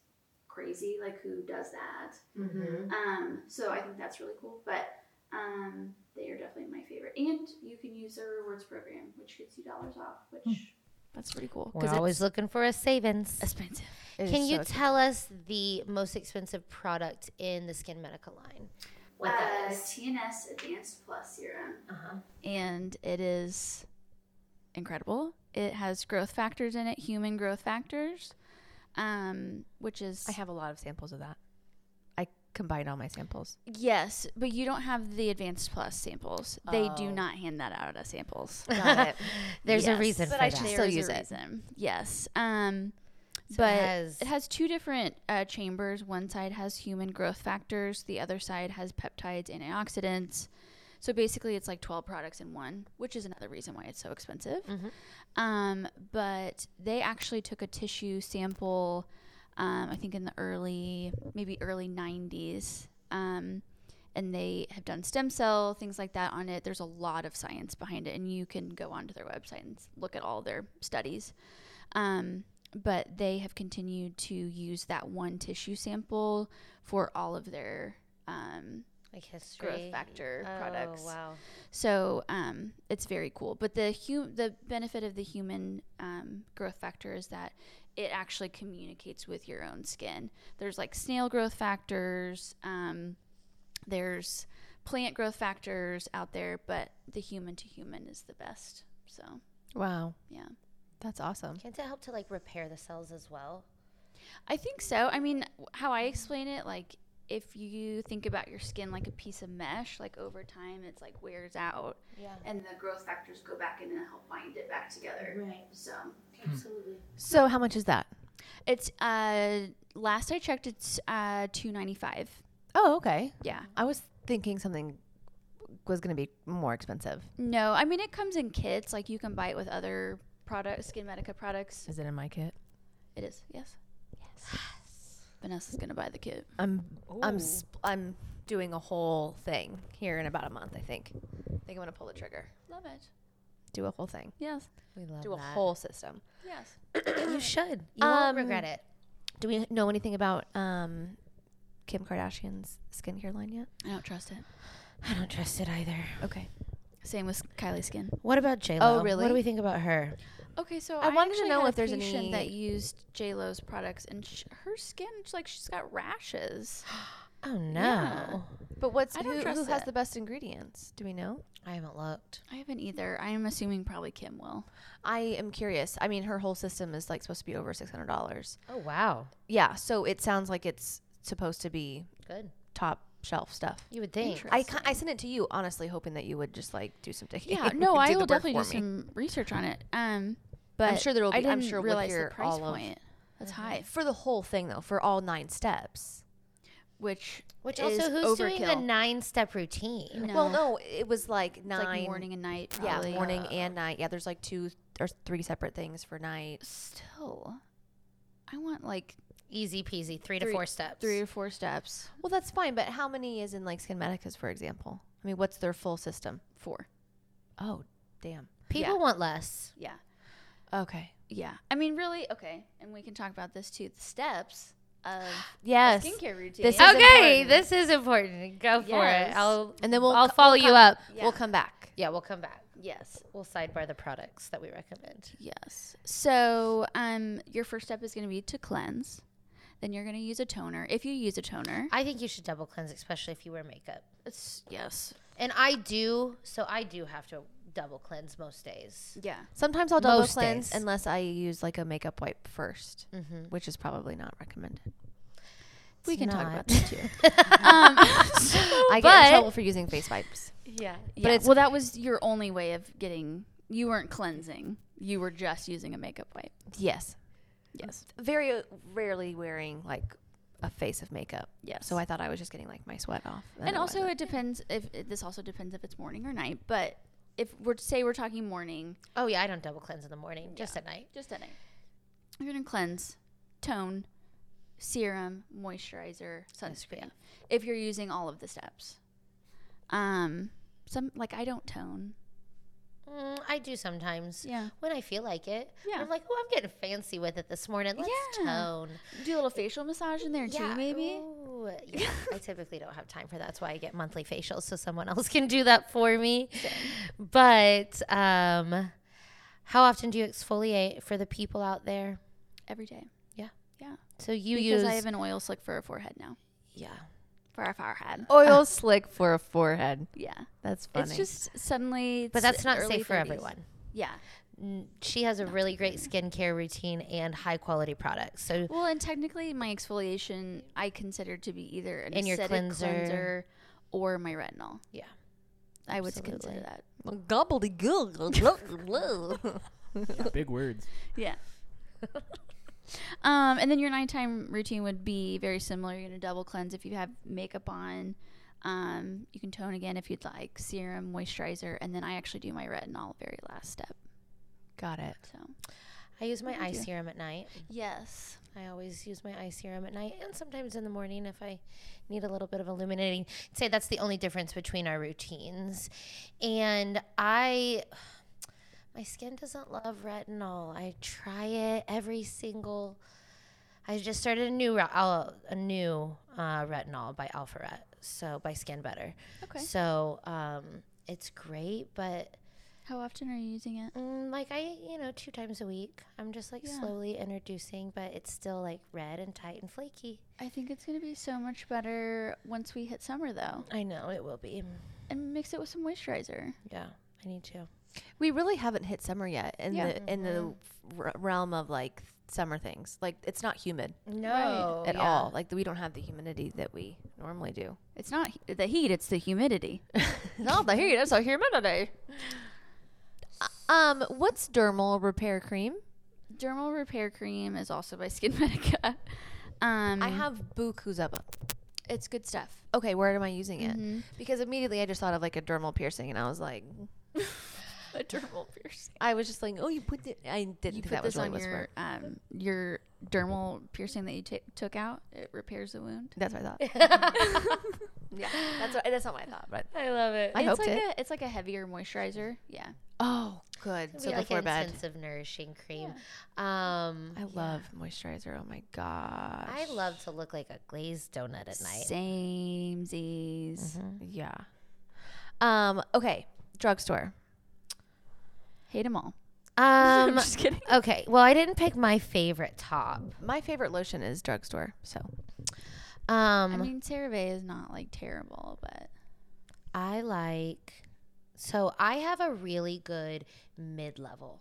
[SPEAKER 5] crazy. Like who does that?
[SPEAKER 2] Mm-hmm.
[SPEAKER 5] Um, so I think that's really cool. But um, they are definitely my favorite, and you can use their rewards program, which gets you dollars off, which.
[SPEAKER 1] That's pretty cool.
[SPEAKER 2] We're always looking for a savings.
[SPEAKER 3] Expensive.
[SPEAKER 2] Can you tell us the most expensive product in the Skin Medical line? What
[SPEAKER 5] uh,
[SPEAKER 2] that is?
[SPEAKER 5] TNS Advanced Plus Serum.
[SPEAKER 2] Uh-huh.
[SPEAKER 3] And it is incredible. It has growth factors in it, human growth factors, um, which is
[SPEAKER 1] I have a lot of samples of that. I combined all my samples.
[SPEAKER 3] yes, but you don't have the advanced plus samples. They do
[SPEAKER 1] Oh.
[SPEAKER 3] not hand that out as samples.
[SPEAKER 1] Got it.
[SPEAKER 2] There's
[SPEAKER 3] Yes.
[SPEAKER 2] a reason
[SPEAKER 1] But
[SPEAKER 2] for
[SPEAKER 1] I
[SPEAKER 2] that.
[SPEAKER 1] should
[SPEAKER 3] There
[SPEAKER 1] still
[SPEAKER 3] is a
[SPEAKER 1] use it.
[SPEAKER 3] reason. Yes. Um,
[SPEAKER 2] So it
[SPEAKER 3] but
[SPEAKER 2] has-
[SPEAKER 3] it has two different uh, chambers. One side has human growth factors. The other side has peptides, antioxidants. So basically, it's like 12 products in one, which is another reason why it's so expensive.
[SPEAKER 2] Mhm.
[SPEAKER 3] Um, but they actually took a tissue sample, um, I think in the early, maybe early 90s. Um, and they have done stem cell, things like that on it. There's a lot of science behind it. And you can go onto their website and s- look at all their studies. Um, but they have continued to use that one tissue sample for all of their um,
[SPEAKER 2] like history.
[SPEAKER 3] growth factor
[SPEAKER 2] Oh,
[SPEAKER 3] products.
[SPEAKER 2] Wow.
[SPEAKER 3] So um, it's very cool. But the hu- the benefit of the human um, growth factor is that it actually communicates with your own skin. There's like snail growth factors. Um, there's plant growth factors out there, but the human to human is the best. So
[SPEAKER 1] Wow.
[SPEAKER 3] yeah.
[SPEAKER 1] That's awesome.
[SPEAKER 2] Can't it help to like repair the cells as well?
[SPEAKER 3] I think so. I mean, w- how I explain it, like if you think about your skin like a piece of mesh, like over time it's like wears out.
[SPEAKER 2] Yeah.
[SPEAKER 5] and the growth factors go back in and help bind it back together.
[SPEAKER 2] Right.
[SPEAKER 5] So
[SPEAKER 2] Absolutely.
[SPEAKER 1] So how much is that?
[SPEAKER 3] hmm. It's uh last I checked, it's uh two ninety five.
[SPEAKER 1] Oh, okay.
[SPEAKER 3] Yeah.
[SPEAKER 1] I was thinking something was going to be more expensive.
[SPEAKER 3] No, I mean it comes in kits. Like you can buy it with other products, Skin Medica products.
[SPEAKER 1] Is it in my kit?
[SPEAKER 3] It is. Yes. Yes. Vanessa's gonna buy the kit.
[SPEAKER 1] I'm I'm sp- I'm doing a whole thing here in about a month. I think. I think I'm gonna pull the trigger.
[SPEAKER 3] Love it.
[SPEAKER 1] Do a whole thing.
[SPEAKER 3] Yes.
[SPEAKER 2] We love
[SPEAKER 1] Do a whole system.
[SPEAKER 3] Yes.
[SPEAKER 2] You should. You
[SPEAKER 1] Um,
[SPEAKER 2] won't regret it.
[SPEAKER 1] Do we know anything about um, Kim Kardashian's skincare line yet?
[SPEAKER 3] I don't trust it.
[SPEAKER 2] I don't trust it either.
[SPEAKER 1] Okay.
[SPEAKER 3] Same with Kylie Skin.
[SPEAKER 2] What about J
[SPEAKER 1] Oh,
[SPEAKER 2] Lo? What
[SPEAKER 1] really?
[SPEAKER 2] do we think about her?
[SPEAKER 3] Okay, so
[SPEAKER 1] I
[SPEAKER 3] I,
[SPEAKER 1] wanted to
[SPEAKER 3] actually
[SPEAKER 1] know
[SPEAKER 3] had
[SPEAKER 1] if
[SPEAKER 3] a
[SPEAKER 1] there's
[SPEAKER 3] patient
[SPEAKER 1] any-
[SPEAKER 3] that used J Lo's products, and sh- her skin, it's like she's got rashes.
[SPEAKER 2] Oh no,
[SPEAKER 3] Yeah.
[SPEAKER 1] But what's
[SPEAKER 3] I don't
[SPEAKER 1] who, who
[SPEAKER 3] trust
[SPEAKER 1] has
[SPEAKER 3] it.
[SPEAKER 1] the best ingredients? Do we know?
[SPEAKER 2] I haven't looked.
[SPEAKER 3] I haven't either. I am assuming probably Kim will.
[SPEAKER 1] I am curious. I mean, her whole system is like supposed to be over six hundred dollars.
[SPEAKER 2] Oh wow,
[SPEAKER 1] Yeah. So it sounds like it's supposed to be
[SPEAKER 2] good.
[SPEAKER 1] top shelf stuff.
[SPEAKER 2] You would think.
[SPEAKER 1] I, ca- I sent it to you honestly, hoping that you would just like do some digging.
[SPEAKER 3] Yeah, no,
[SPEAKER 1] Do
[SPEAKER 3] I
[SPEAKER 1] the
[SPEAKER 3] will
[SPEAKER 1] work
[SPEAKER 3] definitely do
[SPEAKER 1] for me.
[SPEAKER 3] some research on it. Um, but
[SPEAKER 1] sure there'll
[SPEAKER 3] I
[SPEAKER 1] be- I'm
[SPEAKER 3] didn't
[SPEAKER 1] sure with
[SPEAKER 3] realize
[SPEAKER 1] your
[SPEAKER 3] the price
[SPEAKER 1] olive-
[SPEAKER 3] point. That's high.
[SPEAKER 1] for the whole thing though, for all nine steps.
[SPEAKER 3] Which
[SPEAKER 2] Which
[SPEAKER 3] is
[SPEAKER 2] also, who's doing the
[SPEAKER 3] overkill.
[SPEAKER 2] nine-step routine?
[SPEAKER 3] No.
[SPEAKER 1] Well, no, it was like
[SPEAKER 3] It's
[SPEAKER 1] nine
[SPEAKER 3] like morning and night.
[SPEAKER 1] Yeah,
[SPEAKER 3] Probably.
[SPEAKER 1] morning and night. Yeah, there's like two or three separate things for night.
[SPEAKER 3] Still, I want like
[SPEAKER 2] Easy peasy, three, to
[SPEAKER 3] Three-
[SPEAKER 2] four steps.
[SPEAKER 3] three or four steps.
[SPEAKER 1] Well, that's fine, but how many is in like Skin Medica's, for example? I mean, what's their full system?
[SPEAKER 3] Four.
[SPEAKER 1] Oh, damn.
[SPEAKER 2] People
[SPEAKER 3] Yeah.
[SPEAKER 2] want less.
[SPEAKER 3] Yeah.
[SPEAKER 1] Okay.
[SPEAKER 3] Yeah. I mean, really. Okay. And we can talk about this too. The steps of
[SPEAKER 1] Yes.
[SPEAKER 3] skincare routine.
[SPEAKER 1] This is
[SPEAKER 2] Okay,
[SPEAKER 1] important.
[SPEAKER 2] this is important. Go for
[SPEAKER 3] Yes.
[SPEAKER 2] it. I'll
[SPEAKER 1] and then we'll
[SPEAKER 2] I'll
[SPEAKER 1] co-
[SPEAKER 2] follow
[SPEAKER 1] we'll
[SPEAKER 2] you
[SPEAKER 1] come-
[SPEAKER 2] up.
[SPEAKER 1] We'll come back.
[SPEAKER 2] Yeah, we'll come back.
[SPEAKER 3] yes.
[SPEAKER 2] We'll sidebar the products that we recommend.
[SPEAKER 3] Yes. So, um, your first step is going to be to cleanse. Then you're going to use a toner. If you use a toner,
[SPEAKER 2] I think you should double cleanse, especially if you wear makeup.
[SPEAKER 3] it's, yes.
[SPEAKER 2] And I do, so I do have to double cleanse most days.
[SPEAKER 3] Yeah.
[SPEAKER 1] Sometimes I'll double
[SPEAKER 2] Most
[SPEAKER 1] cleanse
[SPEAKER 2] days.
[SPEAKER 1] unless I use like a makeup wipe 1st which is probably not recommended.
[SPEAKER 3] we can talk
[SPEAKER 1] not.
[SPEAKER 3] about that too. um,
[SPEAKER 1] I get in
[SPEAKER 2] But-
[SPEAKER 1] trouble for using face wipes.
[SPEAKER 3] yeah. But it's, well, that was your only way of getting. You weren't cleansing. You were just using a makeup wipe.
[SPEAKER 1] Yes.
[SPEAKER 3] Yes.
[SPEAKER 1] Very rarely wearing like a face of makeup.
[SPEAKER 3] Yes.
[SPEAKER 1] So I thought I was just getting like my sweat off.
[SPEAKER 3] and
[SPEAKER 1] it
[SPEAKER 3] also
[SPEAKER 1] wasn't.
[SPEAKER 3] it depends if it, this also depends if it's morning or night. But if we're say we're talking morning,
[SPEAKER 2] Oh yeah, I don't double cleanse in the morning, just at night.
[SPEAKER 3] just at night, you're gonna cleanse, tone, serum, moisturizer, sunscreen. If you're using all of the steps, um, some like I don't tone.
[SPEAKER 2] Mm, I do sometimes.
[SPEAKER 3] Yeah.
[SPEAKER 2] When I feel like it.
[SPEAKER 3] Yeah.
[SPEAKER 2] I'm like, oh, I'm getting fancy with it this morning. Let's
[SPEAKER 3] Yeah.
[SPEAKER 2] tone.
[SPEAKER 3] Do a little facial massage in there too, maybe.
[SPEAKER 2] ooh, yeah. I typically don't have time for that. That's why I get monthly facials so someone else can do that for me. But um, how often do you exfoliate for the people out there?
[SPEAKER 3] Every day.
[SPEAKER 2] Yeah.
[SPEAKER 3] Yeah.
[SPEAKER 2] So you use
[SPEAKER 3] because I have an oil slick for a forehead now.
[SPEAKER 2] yeah.
[SPEAKER 3] For a forehead.
[SPEAKER 1] oil slick for a forehead.
[SPEAKER 3] Yeah.
[SPEAKER 1] That's funny.
[SPEAKER 3] It's just suddenly.
[SPEAKER 2] But
[SPEAKER 3] it's
[SPEAKER 2] that's not
[SPEAKER 3] early
[SPEAKER 2] safe for
[SPEAKER 3] 30s.
[SPEAKER 2] everyone.
[SPEAKER 3] Yeah.
[SPEAKER 2] N- She has a really great skincare routine and high quality products. So
[SPEAKER 3] Well, and technically, my exfoliation I consider to be either an
[SPEAKER 2] And your
[SPEAKER 3] acidic
[SPEAKER 2] cleanser.
[SPEAKER 3] cleanser or my retinol.
[SPEAKER 2] yeah.
[SPEAKER 3] I would
[SPEAKER 2] Absolutely.
[SPEAKER 3] consider that.
[SPEAKER 1] gobbledygook.
[SPEAKER 6] Big words.
[SPEAKER 3] Yeah. um, and then your nighttime routine would be very similar. You're gonna double cleanse if you have makeup on. Um, you can tone again if you'd like, serum, moisturizer, and then I actually do my retinol very last step.
[SPEAKER 1] Got it.
[SPEAKER 3] So
[SPEAKER 2] I use my eye serum at night.
[SPEAKER 3] yes,
[SPEAKER 2] I always use my eye serum at night and sometimes in the morning if I need a little bit of illuminating. I'd say that's the only difference between our routines. And I my skin doesn't love retinol. I try it every single I just started a new re- uh, a new uh, retinol by Alpharet, so by Skin Better.
[SPEAKER 3] Okay.
[SPEAKER 2] So um, it's great, but
[SPEAKER 3] how often are you using it?
[SPEAKER 2] Mm, like I, you know, two times a week. I'm just like
[SPEAKER 3] Yeah.
[SPEAKER 2] slowly introducing, but it's still like red and tight and flaky.
[SPEAKER 3] I think it's gonna be so much better once we hit summer though,
[SPEAKER 2] I know it will be.
[SPEAKER 3] and mix it with some moisturizer.
[SPEAKER 2] Yeah, I need to.
[SPEAKER 1] We really haven't hit summer yet in
[SPEAKER 3] Yeah.
[SPEAKER 1] the in the r- realm of like summer things. Like it's not humid
[SPEAKER 2] No,
[SPEAKER 1] at
[SPEAKER 2] Oh, yeah.
[SPEAKER 1] all. Like we don't have the humidity that we normally do.
[SPEAKER 3] It's not he- the heat; it's the humidity.
[SPEAKER 1] no, the heat is a Uh, humidity. Um, what's dermal repair cream?
[SPEAKER 3] dermal repair cream is also by Skin Medica. Um,
[SPEAKER 1] I have Bukuzuba.
[SPEAKER 3] it's good stuff.
[SPEAKER 1] Okay, where am I using it?
[SPEAKER 3] Mhm.
[SPEAKER 1] Because immediately I just thought of like a dermal piercing, and I was like,
[SPEAKER 3] A dermal piercing.
[SPEAKER 1] I was just like, oh, you put it. I didn't
[SPEAKER 3] You
[SPEAKER 1] think
[SPEAKER 3] put
[SPEAKER 1] that was
[SPEAKER 3] this
[SPEAKER 1] really
[SPEAKER 3] on
[SPEAKER 1] what's
[SPEAKER 3] your
[SPEAKER 1] smart.
[SPEAKER 3] um, your dermal piercing that you ta took out. It repairs the wound.
[SPEAKER 1] That's what I thought. yeah, that's what, that's not what I thought, but
[SPEAKER 2] I love it.
[SPEAKER 1] I
[SPEAKER 3] it's
[SPEAKER 1] hoped
[SPEAKER 3] like
[SPEAKER 1] it.
[SPEAKER 3] A, it's like a heavier moisturizer. Yeah.
[SPEAKER 1] oh, good.
[SPEAKER 2] It'd
[SPEAKER 1] So
[SPEAKER 2] be like
[SPEAKER 1] before bed,
[SPEAKER 2] intensive nourishing cream. Um,
[SPEAKER 1] I love moisturizer. Oh my gosh.
[SPEAKER 2] I love to look like a glazed donut at night.
[SPEAKER 3] Same
[SPEAKER 1] Mm-hmm. Yeah. Um. Okay. Drugstore.
[SPEAKER 3] Hate them all.
[SPEAKER 2] Um,
[SPEAKER 3] Just kidding.
[SPEAKER 2] okay. Well, I didn't pick my favorite top.
[SPEAKER 1] My favorite lotion is drugstore. So
[SPEAKER 2] Um,
[SPEAKER 3] I mean, CeraVe is not like terrible, but
[SPEAKER 2] I like. So I have a really good mid level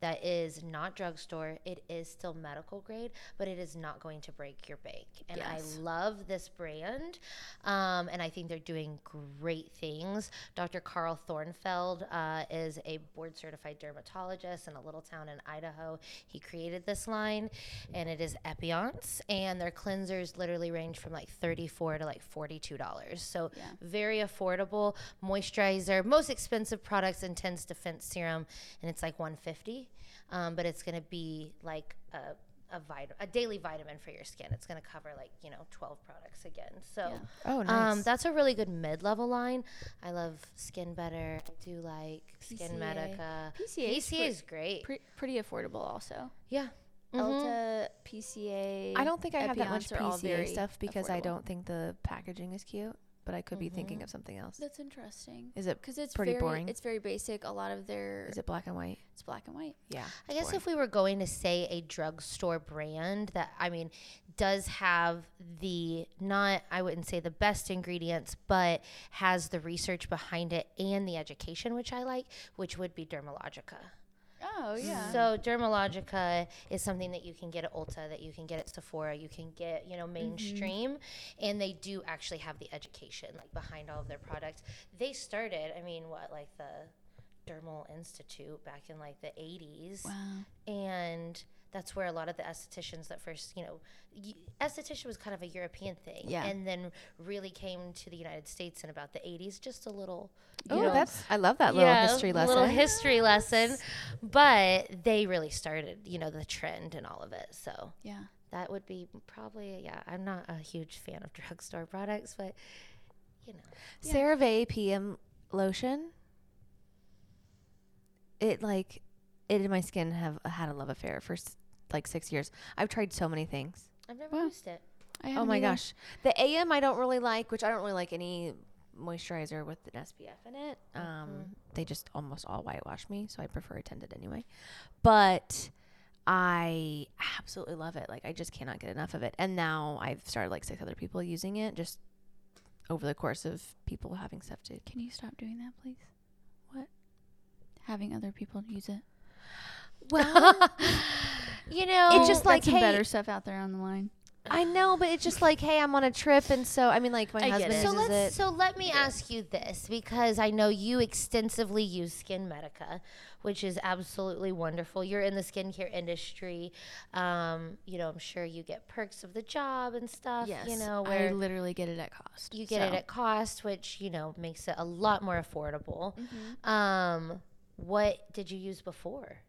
[SPEAKER 2] that is not drugstore. It is still medical grade, but it is not going to break your bank. And
[SPEAKER 3] Yes.
[SPEAKER 2] I love this brand. Um, and I think they're doing great things. Dr. Carl Thornfeld uh, is a board certified dermatologist in a little town in Idaho. He created this line, and it is Epiance. And their cleansers literally range from like 34 to like $42. So
[SPEAKER 3] Yeah.
[SPEAKER 2] very affordable moisturizer most expensive products intense defense serum and it's like 150 um, but it's going to be like a a, vit- a daily vitamin for your skin it's going to cover like you know 12 products again so
[SPEAKER 3] Yeah.
[SPEAKER 1] oh
[SPEAKER 2] um, that's a really good mid-level line i love skin better i do like skin
[SPEAKER 3] PCA.
[SPEAKER 2] medica
[SPEAKER 3] PCA is
[SPEAKER 2] PCA is great
[SPEAKER 3] pre- pretty affordable also.
[SPEAKER 2] yeah Mhm.
[SPEAKER 3] Elta, PCA.
[SPEAKER 1] I don't think I have that much
[SPEAKER 3] Epion's are all
[SPEAKER 1] PCA
[SPEAKER 3] very
[SPEAKER 1] stuff because I
[SPEAKER 3] affordable.
[SPEAKER 1] don't think the packaging is cute. But I could be thinking of something else.
[SPEAKER 3] That's interesting.
[SPEAKER 1] Is it
[SPEAKER 3] Because it's
[SPEAKER 1] pretty
[SPEAKER 3] very,
[SPEAKER 1] boring?
[SPEAKER 3] It's very basic. A lot of their
[SPEAKER 1] Is it black and white?
[SPEAKER 3] it's black and white.
[SPEAKER 1] Yeah.
[SPEAKER 2] I guess if we were going to say a drugstore brand that, I mean, does have the not, I wouldn't say the best ingredients, but has the research behind it and the education, which I like, which would be Dermalogica.
[SPEAKER 3] Oh
[SPEAKER 1] Mm.
[SPEAKER 3] yeah.
[SPEAKER 2] So Dermalogica is something that you can get at Ulta, that you can get at Sephora, you can get, you know,
[SPEAKER 3] Mm-hmm.
[SPEAKER 2] mainstream. And they do actually have the education like behind all of their products. They started, I mean, what, like the Dermal Institute back in like the 80s
[SPEAKER 3] wow.
[SPEAKER 2] and that's where a lot of the estheticians that first you know y- esthetician was kind of a european thing
[SPEAKER 3] Yeah.
[SPEAKER 2] and then really came to the united states in about the 80s just a little you
[SPEAKER 1] Oh,
[SPEAKER 2] know,
[SPEAKER 1] that's I love that little
[SPEAKER 2] yeah,
[SPEAKER 1] history lesson.
[SPEAKER 2] little history lesson but they really started you know the trend and all of it so
[SPEAKER 3] Yeah.
[SPEAKER 2] that would be probably yeah i'm not a huge fan of drugstore products but you know
[SPEAKER 1] CeraVe PM lotion. It like it and my skin have uh, had a love affair for s- like six years. I've tried so many things.
[SPEAKER 2] i've never
[SPEAKER 3] Well,
[SPEAKER 2] used it
[SPEAKER 3] I
[SPEAKER 1] oh
[SPEAKER 3] haven't
[SPEAKER 1] my
[SPEAKER 3] either.
[SPEAKER 1] gosh, the AM I don't really like, which I don't really like any moisturizer with an SPF in it. Um,
[SPEAKER 3] Uh-huh.
[SPEAKER 1] They just almost all whitewash me, so I prefer a tinted anyway. But I absolutely love it. Like I just cannot get enough of it. And now I've started like six other people using it just over the course of people having stuff to
[SPEAKER 3] Can you stop doing that, please? What? Having other people use it.
[SPEAKER 1] Well,
[SPEAKER 2] you know
[SPEAKER 1] it's just
[SPEAKER 3] Got
[SPEAKER 1] like,
[SPEAKER 3] Oh, some
[SPEAKER 1] hey,
[SPEAKER 3] better stuff out there on the line.
[SPEAKER 1] I know, but it's just like, hey, I'm on a trip, and so I mean, like, my
[SPEAKER 2] I get
[SPEAKER 1] husband
[SPEAKER 2] it. so
[SPEAKER 1] uses
[SPEAKER 2] let's
[SPEAKER 1] it.
[SPEAKER 2] so let me ask you this because I know you extensively use Skin Medica, which is absolutely wonderful. You're in the skincare industry, um, you know. I'm sure you get perks of the job and stuff. you know where
[SPEAKER 3] I literally get it at cost.
[SPEAKER 2] you get it at cost, which you know makes it a lot more affordable.
[SPEAKER 3] Mm-hmm.
[SPEAKER 2] Um, what did you use before?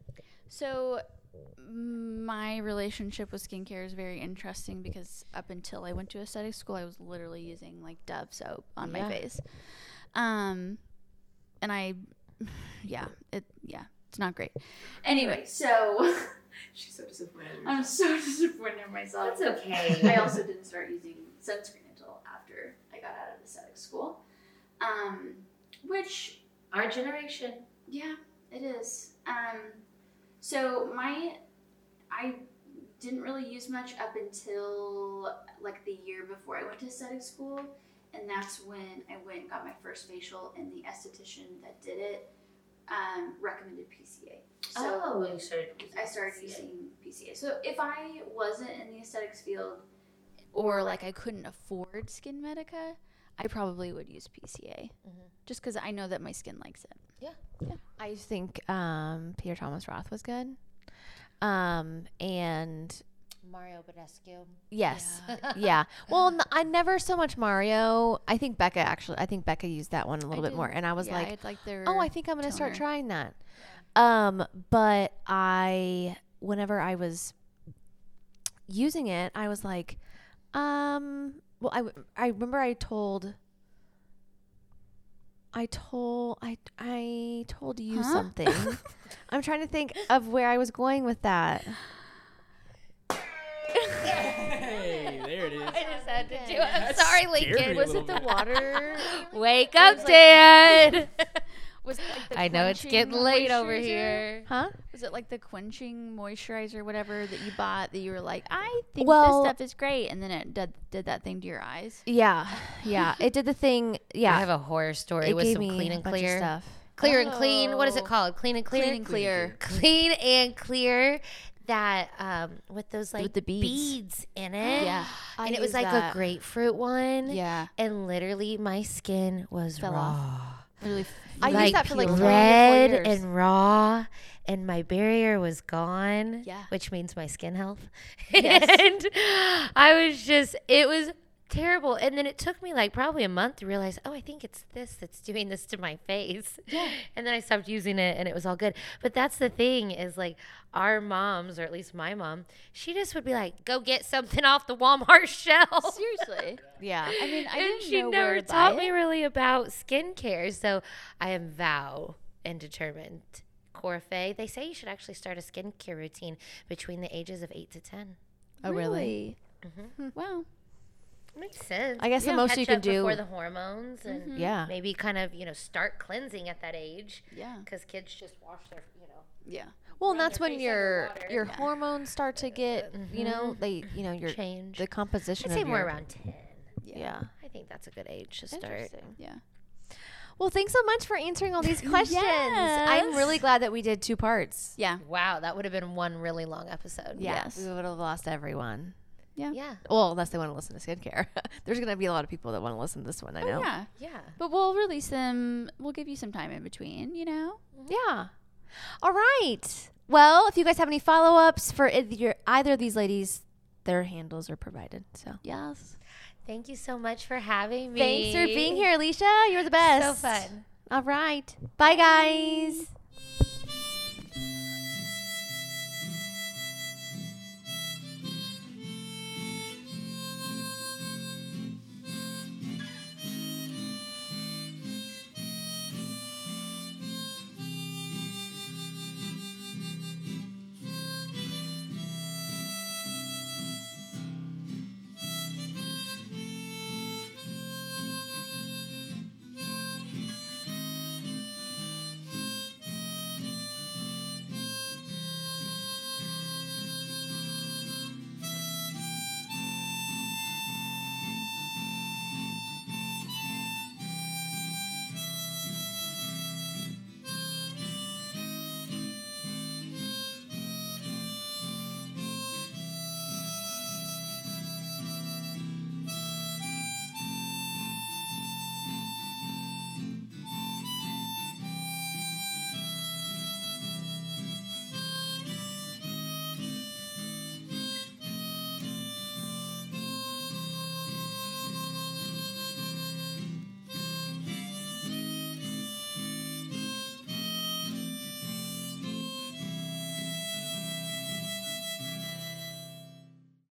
[SPEAKER 3] So my relationship with skincare is very interesting because up until I went to aesthetic school, I was literally using like Dove soap on
[SPEAKER 2] Yeah.
[SPEAKER 3] my face. Um, and I, yeah, it, yeah, it's not great.
[SPEAKER 5] Anyway, so
[SPEAKER 7] She's so disappointed.
[SPEAKER 5] I'm so disappointed in myself.
[SPEAKER 7] That's okay.
[SPEAKER 5] I also didn't start using sunscreen until after I got out of aesthetic school, um, which
[SPEAKER 2] Our generation.
[SPEAKER 5] Yeah, it is. Um, so my, I didn't really use much up until like the year before I went to aesthetic school, and that's when I went and got my first facial, and the esthetician that did it um, recommended PCA. So
[SPEAKER 2] oh, you started.
[SPEAKER 5] I started using PCA. So if I wasn't in the aesthetics field,
[SPEAKER 3] Or like I couldn't afford Skin Medica, I probably would use PCA
[SPEAKER 1] Mm-hmm.
[SPEAKER 3] just because I know that my skin likes it.
[SPEAKER 1] I think um, Peter Thomas Roth was good. Um, and
[SPEAKER 2] Mario Badescu.
[SPEAKER 1] yes, yeah. Well, n- I never so much Mario. I think Becca actually. I think Becca used that one a little bit more, and I was like,
[SPEAKER 3] like their
[SPEAKER 1] oh, I think I'm gonna start
[SPEAKER 3] toner.
[SPEAKER 1] trying that. Um, but I, whenever I was using it, I was like, um, well, I, w- I remember I told, I told, I, I told you
[SPEAKER 3] Huh?
[SPEAKER 1] something. I'm trying to think of where I was going with that.
[SPEAKER 6] Hey, there it is.
[SPEAKER 2] I just had to do it. I'm
[SPEAKER 6] That
[SPEAKER 2] sorry,
[SPEAKER 6] scared
[SPEAKER 2] Lincoln.
[SPEAKER 6] me a Was it little the bit.
[SPEAKER 1] water?
[SPEAKER 2] Wake up, Dan.
[SPEAKER 3] was it like the
[SPEAKER 2] I know it's
[SPEAKER 3] quenching
[SPEAKER 2] getting late over
[SPEAKER 3] moisturizer?
[SPEAKER 2] here.
[SPEAKER 1] huh?
[SPEAKER 3] Was it like the quenching moisturizer, whatever that you bought that you were like, I think
[SPEAKER 1] Well-
[SPEAKER 3] this stuff is great, and then it did, did that thing to your eyes?
[SPEAKER 1] Yeah, yeah. It did the thing. Yeah,
[SPEAKER 2] I have a horror story
[SPEAKER 1] it
[SPEAKER 2] with
[SPEAKER 1] gave
[SPEAKER 2] some
[SPEAKER 1] me
[SPEAKER 2] clean
[SPEAKER 1] a
[SPEAKER 2] and
[SPEAKER 1] bunch of
[SPEAKER 2] clear.
[SPEAKER 1] stuff.
[SPEAKER 2] Clear and clean. What is it
[SPEAKER 3] Oh.
[SPEAKER 2] called? Clean and clear.
[SPEAKER 3] Clean and clear.
[SPEAKER 2] Clean and clear. That um, with those like
[SPEAKER 3] With the beads.
[SPEAKER 2] in it.
[SPEAKER 3] Yeah,
[SPEAKER 1] I
[SPEAKER 2] and it was
[SPEAKER 1] use
[SPEAKER 2] like
[SPEAKER 1] that.
[SPEAKER 2] a grapefruit one.
[SPEAKER 3] Yeah,
[SPEAKER 2] And literally, my skin was
[SPEAKER 3] Fell
[SPEAKER 2] raw.
[SPEAKER 3] off. really. F-
[SPEAKER 1] I used
[SPEAKER 2] like,
[SPEAKER 1] that for like three to four
[SPEAKER 2] red
[SPEAKER 1] years.
[SPEAKER 2] and raw, and my barrier was gone.
[SPEAKER 3] Yeah.
[SPEAKER 2] which means my skin health. and I was just, it was terrible. And then it took me like probably a month to realize, oh, I think it's this that's doing this to my face. Yeah. And then I stopped using it, and it was all good. But that's the thing is like our moms, or at least my mom, she just would be like, go get something off the Walmart shelf.
[SPEAKER 3] seriously,
[SPEAKER 1] Yeah.
[SPEAKER 3] I mean, I
[SPEAKER 2] and
[SPEAKER 3] didn't
[SPEAKER 2] she
[SPEAKER 3] know where
[SPEAKER 2] never
[SPEAKER 3] to buy
[SPEAKER 2] taught me
[SPEAKER 3] it.
[SPEAKER 2] really about skincare. So I am vow and determined. Corfe, they say you should actually start a skincare routine between the ages of eight to ten.
[SPEAKER 1] Oh, really?
[SPEAKER 3] Mm-hmm.
[SPEAKER 1] Hmm.
[SPEAKER 3] Wow.
[SPEAKER 2] Makes sense.
[SPEAKER 1] I guess the most
[SPEAKER 2] catch
[SPEAKER 1] you can
[SPEAKER 2] up before
[SPEAKER 1] do.
[SPEAKER 2] the hormones and
[SPEAKER 1] Yeah.
[SPEAKER 2] maybe kind of you know start cleansing at that age
[SPEAKER 3] Yeah.
[SPEAKER 2] because kids just wash their you know
[SPEAKER 3] Yeah.
[SPEAKER 1] Well, and
[SPEAKER 2] run
[SPEAKER 1] that's
[SPEAKER 2] their
[SPEAKER 1] when
[SPEAKER 2] face
[SPEAKER 1] your
[SPEAKER 2] underwater.
[SPEAKER 1] your hormones start to get, you know, they, you know, your
[SPEAKER 2] change.
[SPEAKER 1] the composition
[SPEAKER 2] I'd say
[SPEAKER 1] of
[SPEAKER 2] more
[SPEAKER 1] your,
[SPEAKER 2] around ten.
[SPEAKER 1] Yeah.
[SPEAKER 2] I think that's a good age to start.
[SPEAKER 1] Interesting.
[SPEAKER 3] Yeah.
[SPEAKER 1] Well, thanks so much for answering all these questions. I'm really glad that we did two parts.
[SPEAKER 3] Yeah.
[SPEAKER 2] Wow, that would have been one really long episode.
[SPEAKER 3] Yes.
[SPEAKER 1] We would have lost everyone.
[SPEAKER 2] Yeah.
[SPEAKER 1] Well, unless they want to listen to skincare. There's going to be a lot of people that want to listen to this one, I know.
[SPEAKER 3] Yeah.
[SPEAKER 2] Yeah.
[SPEAKER 3] But we'll release them. We'll give you some time in between. You know.
[SPEAKER 1] Yeah. All right. Well, if you guys have any follow ups for either, either of these ladies, their handles are provided. So
[SPEAKER 3] Yes.
[SPEAKER 2] Thank you so much for having me.
[SPEAKER 1] thanks for being here, Alicia. You're the best.
[SPEAKER 2] So fun.
[SPEAKER 1] All right. Bye, guys.